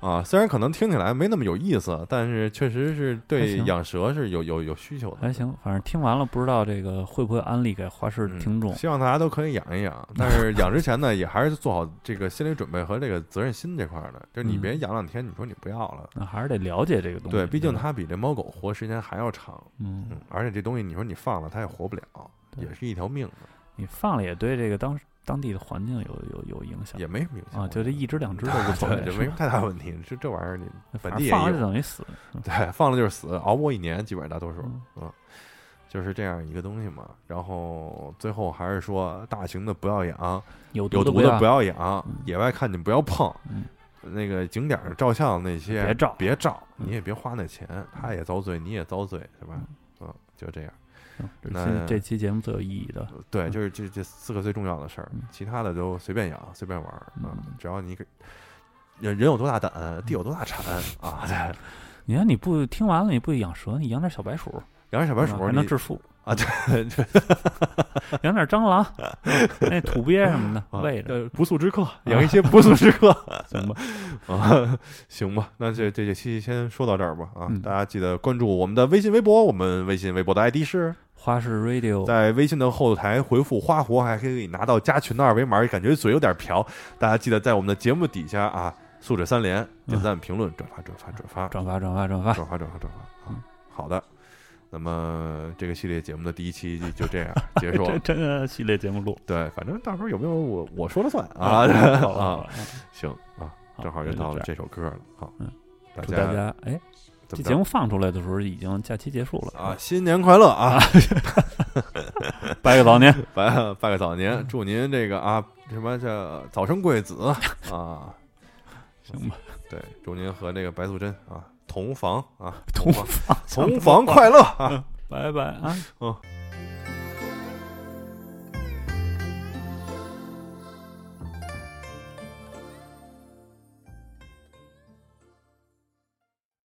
啊。虽然可能听起来没那么有意思，但是确实是还对行养蛇是有有有需求的， 还行，反正听完了，不知道这个会不会安利给花市嗯听众。希望大家都可以养一 养，但是养之前呢，也还是做好这个心理准备和这个责任心这块儿的。就是你嗯别养两天，你说你不要了，那还是得了解这个东西。对，毕竟吧，它比这猫狗活时间还要长，嗯嗯，，而且这东西你说你放了它也活不了，对也是一条命，你放了也对这个当当地的环境有有有影响也没什么影响啊，就这一只两只 都无所对，谓，就没什么太大问题。这这玩意儿你反本地正也放了有就等于死。对放了就是死，熬不过一年，基本上大多数，嗯嗯，就是这样一个东西嘛。然后最后还是说，大型的不要养，有毒有的毒的要不要养嗯，野外看见不要碰嗯。那个景点儿照相那些别照别照，嗯你也别花那钱，他也遭罪，你也遭罪，是吧？嗯，就这样。嗯这那期这期节目最有意义的，对，嗯就是这这四个最重要的事儿嗯，其他的都随便养，随便玩儿啊嗯，只要你给人人有多大胆，地有多大产 嗯啊！ 对，你看你不听完了，你不养蛇，你养点小白鼠，养点小白鼠嗯还你 能致富啊对对养点 蟑螂，那土鳖什么的啊喂着，呃不速之客，养一些不速之 客行吧？啊，行吧，那这这这期先说到这儿吧啊，嗯大家记得关注我们的微信、微博，我们微信、微博的 ID 是花式 Radio，在微信的后台回复“花活”，还可以拿到加群的二维码，感觉嘴有点瓢。大家记得在我们的节目底下啊，素质三连，嗯点赞、评论、转发、转发、转发、转发转发转发，转发、转发、转发啊啊嗯！好的，那么这个系列节目的第一期就就这 样结束了这。 真的系列节目录对，反正到时候有没有我我说了算啊 好了好了好啊！了行啊，好正好那又就到了这这首歌了，好嗯，大祝大家家哎，怎这么节着目放出来的时候已经假期结束了啊，，新年快乐啊！拜个早 年，拜拜个早年，嗯祝您这个啊什么叫早生贵子啊！行吧？对，祝您和这个白素贞啊同房啊 同同房快乐啊！ 拜拜啊！嗯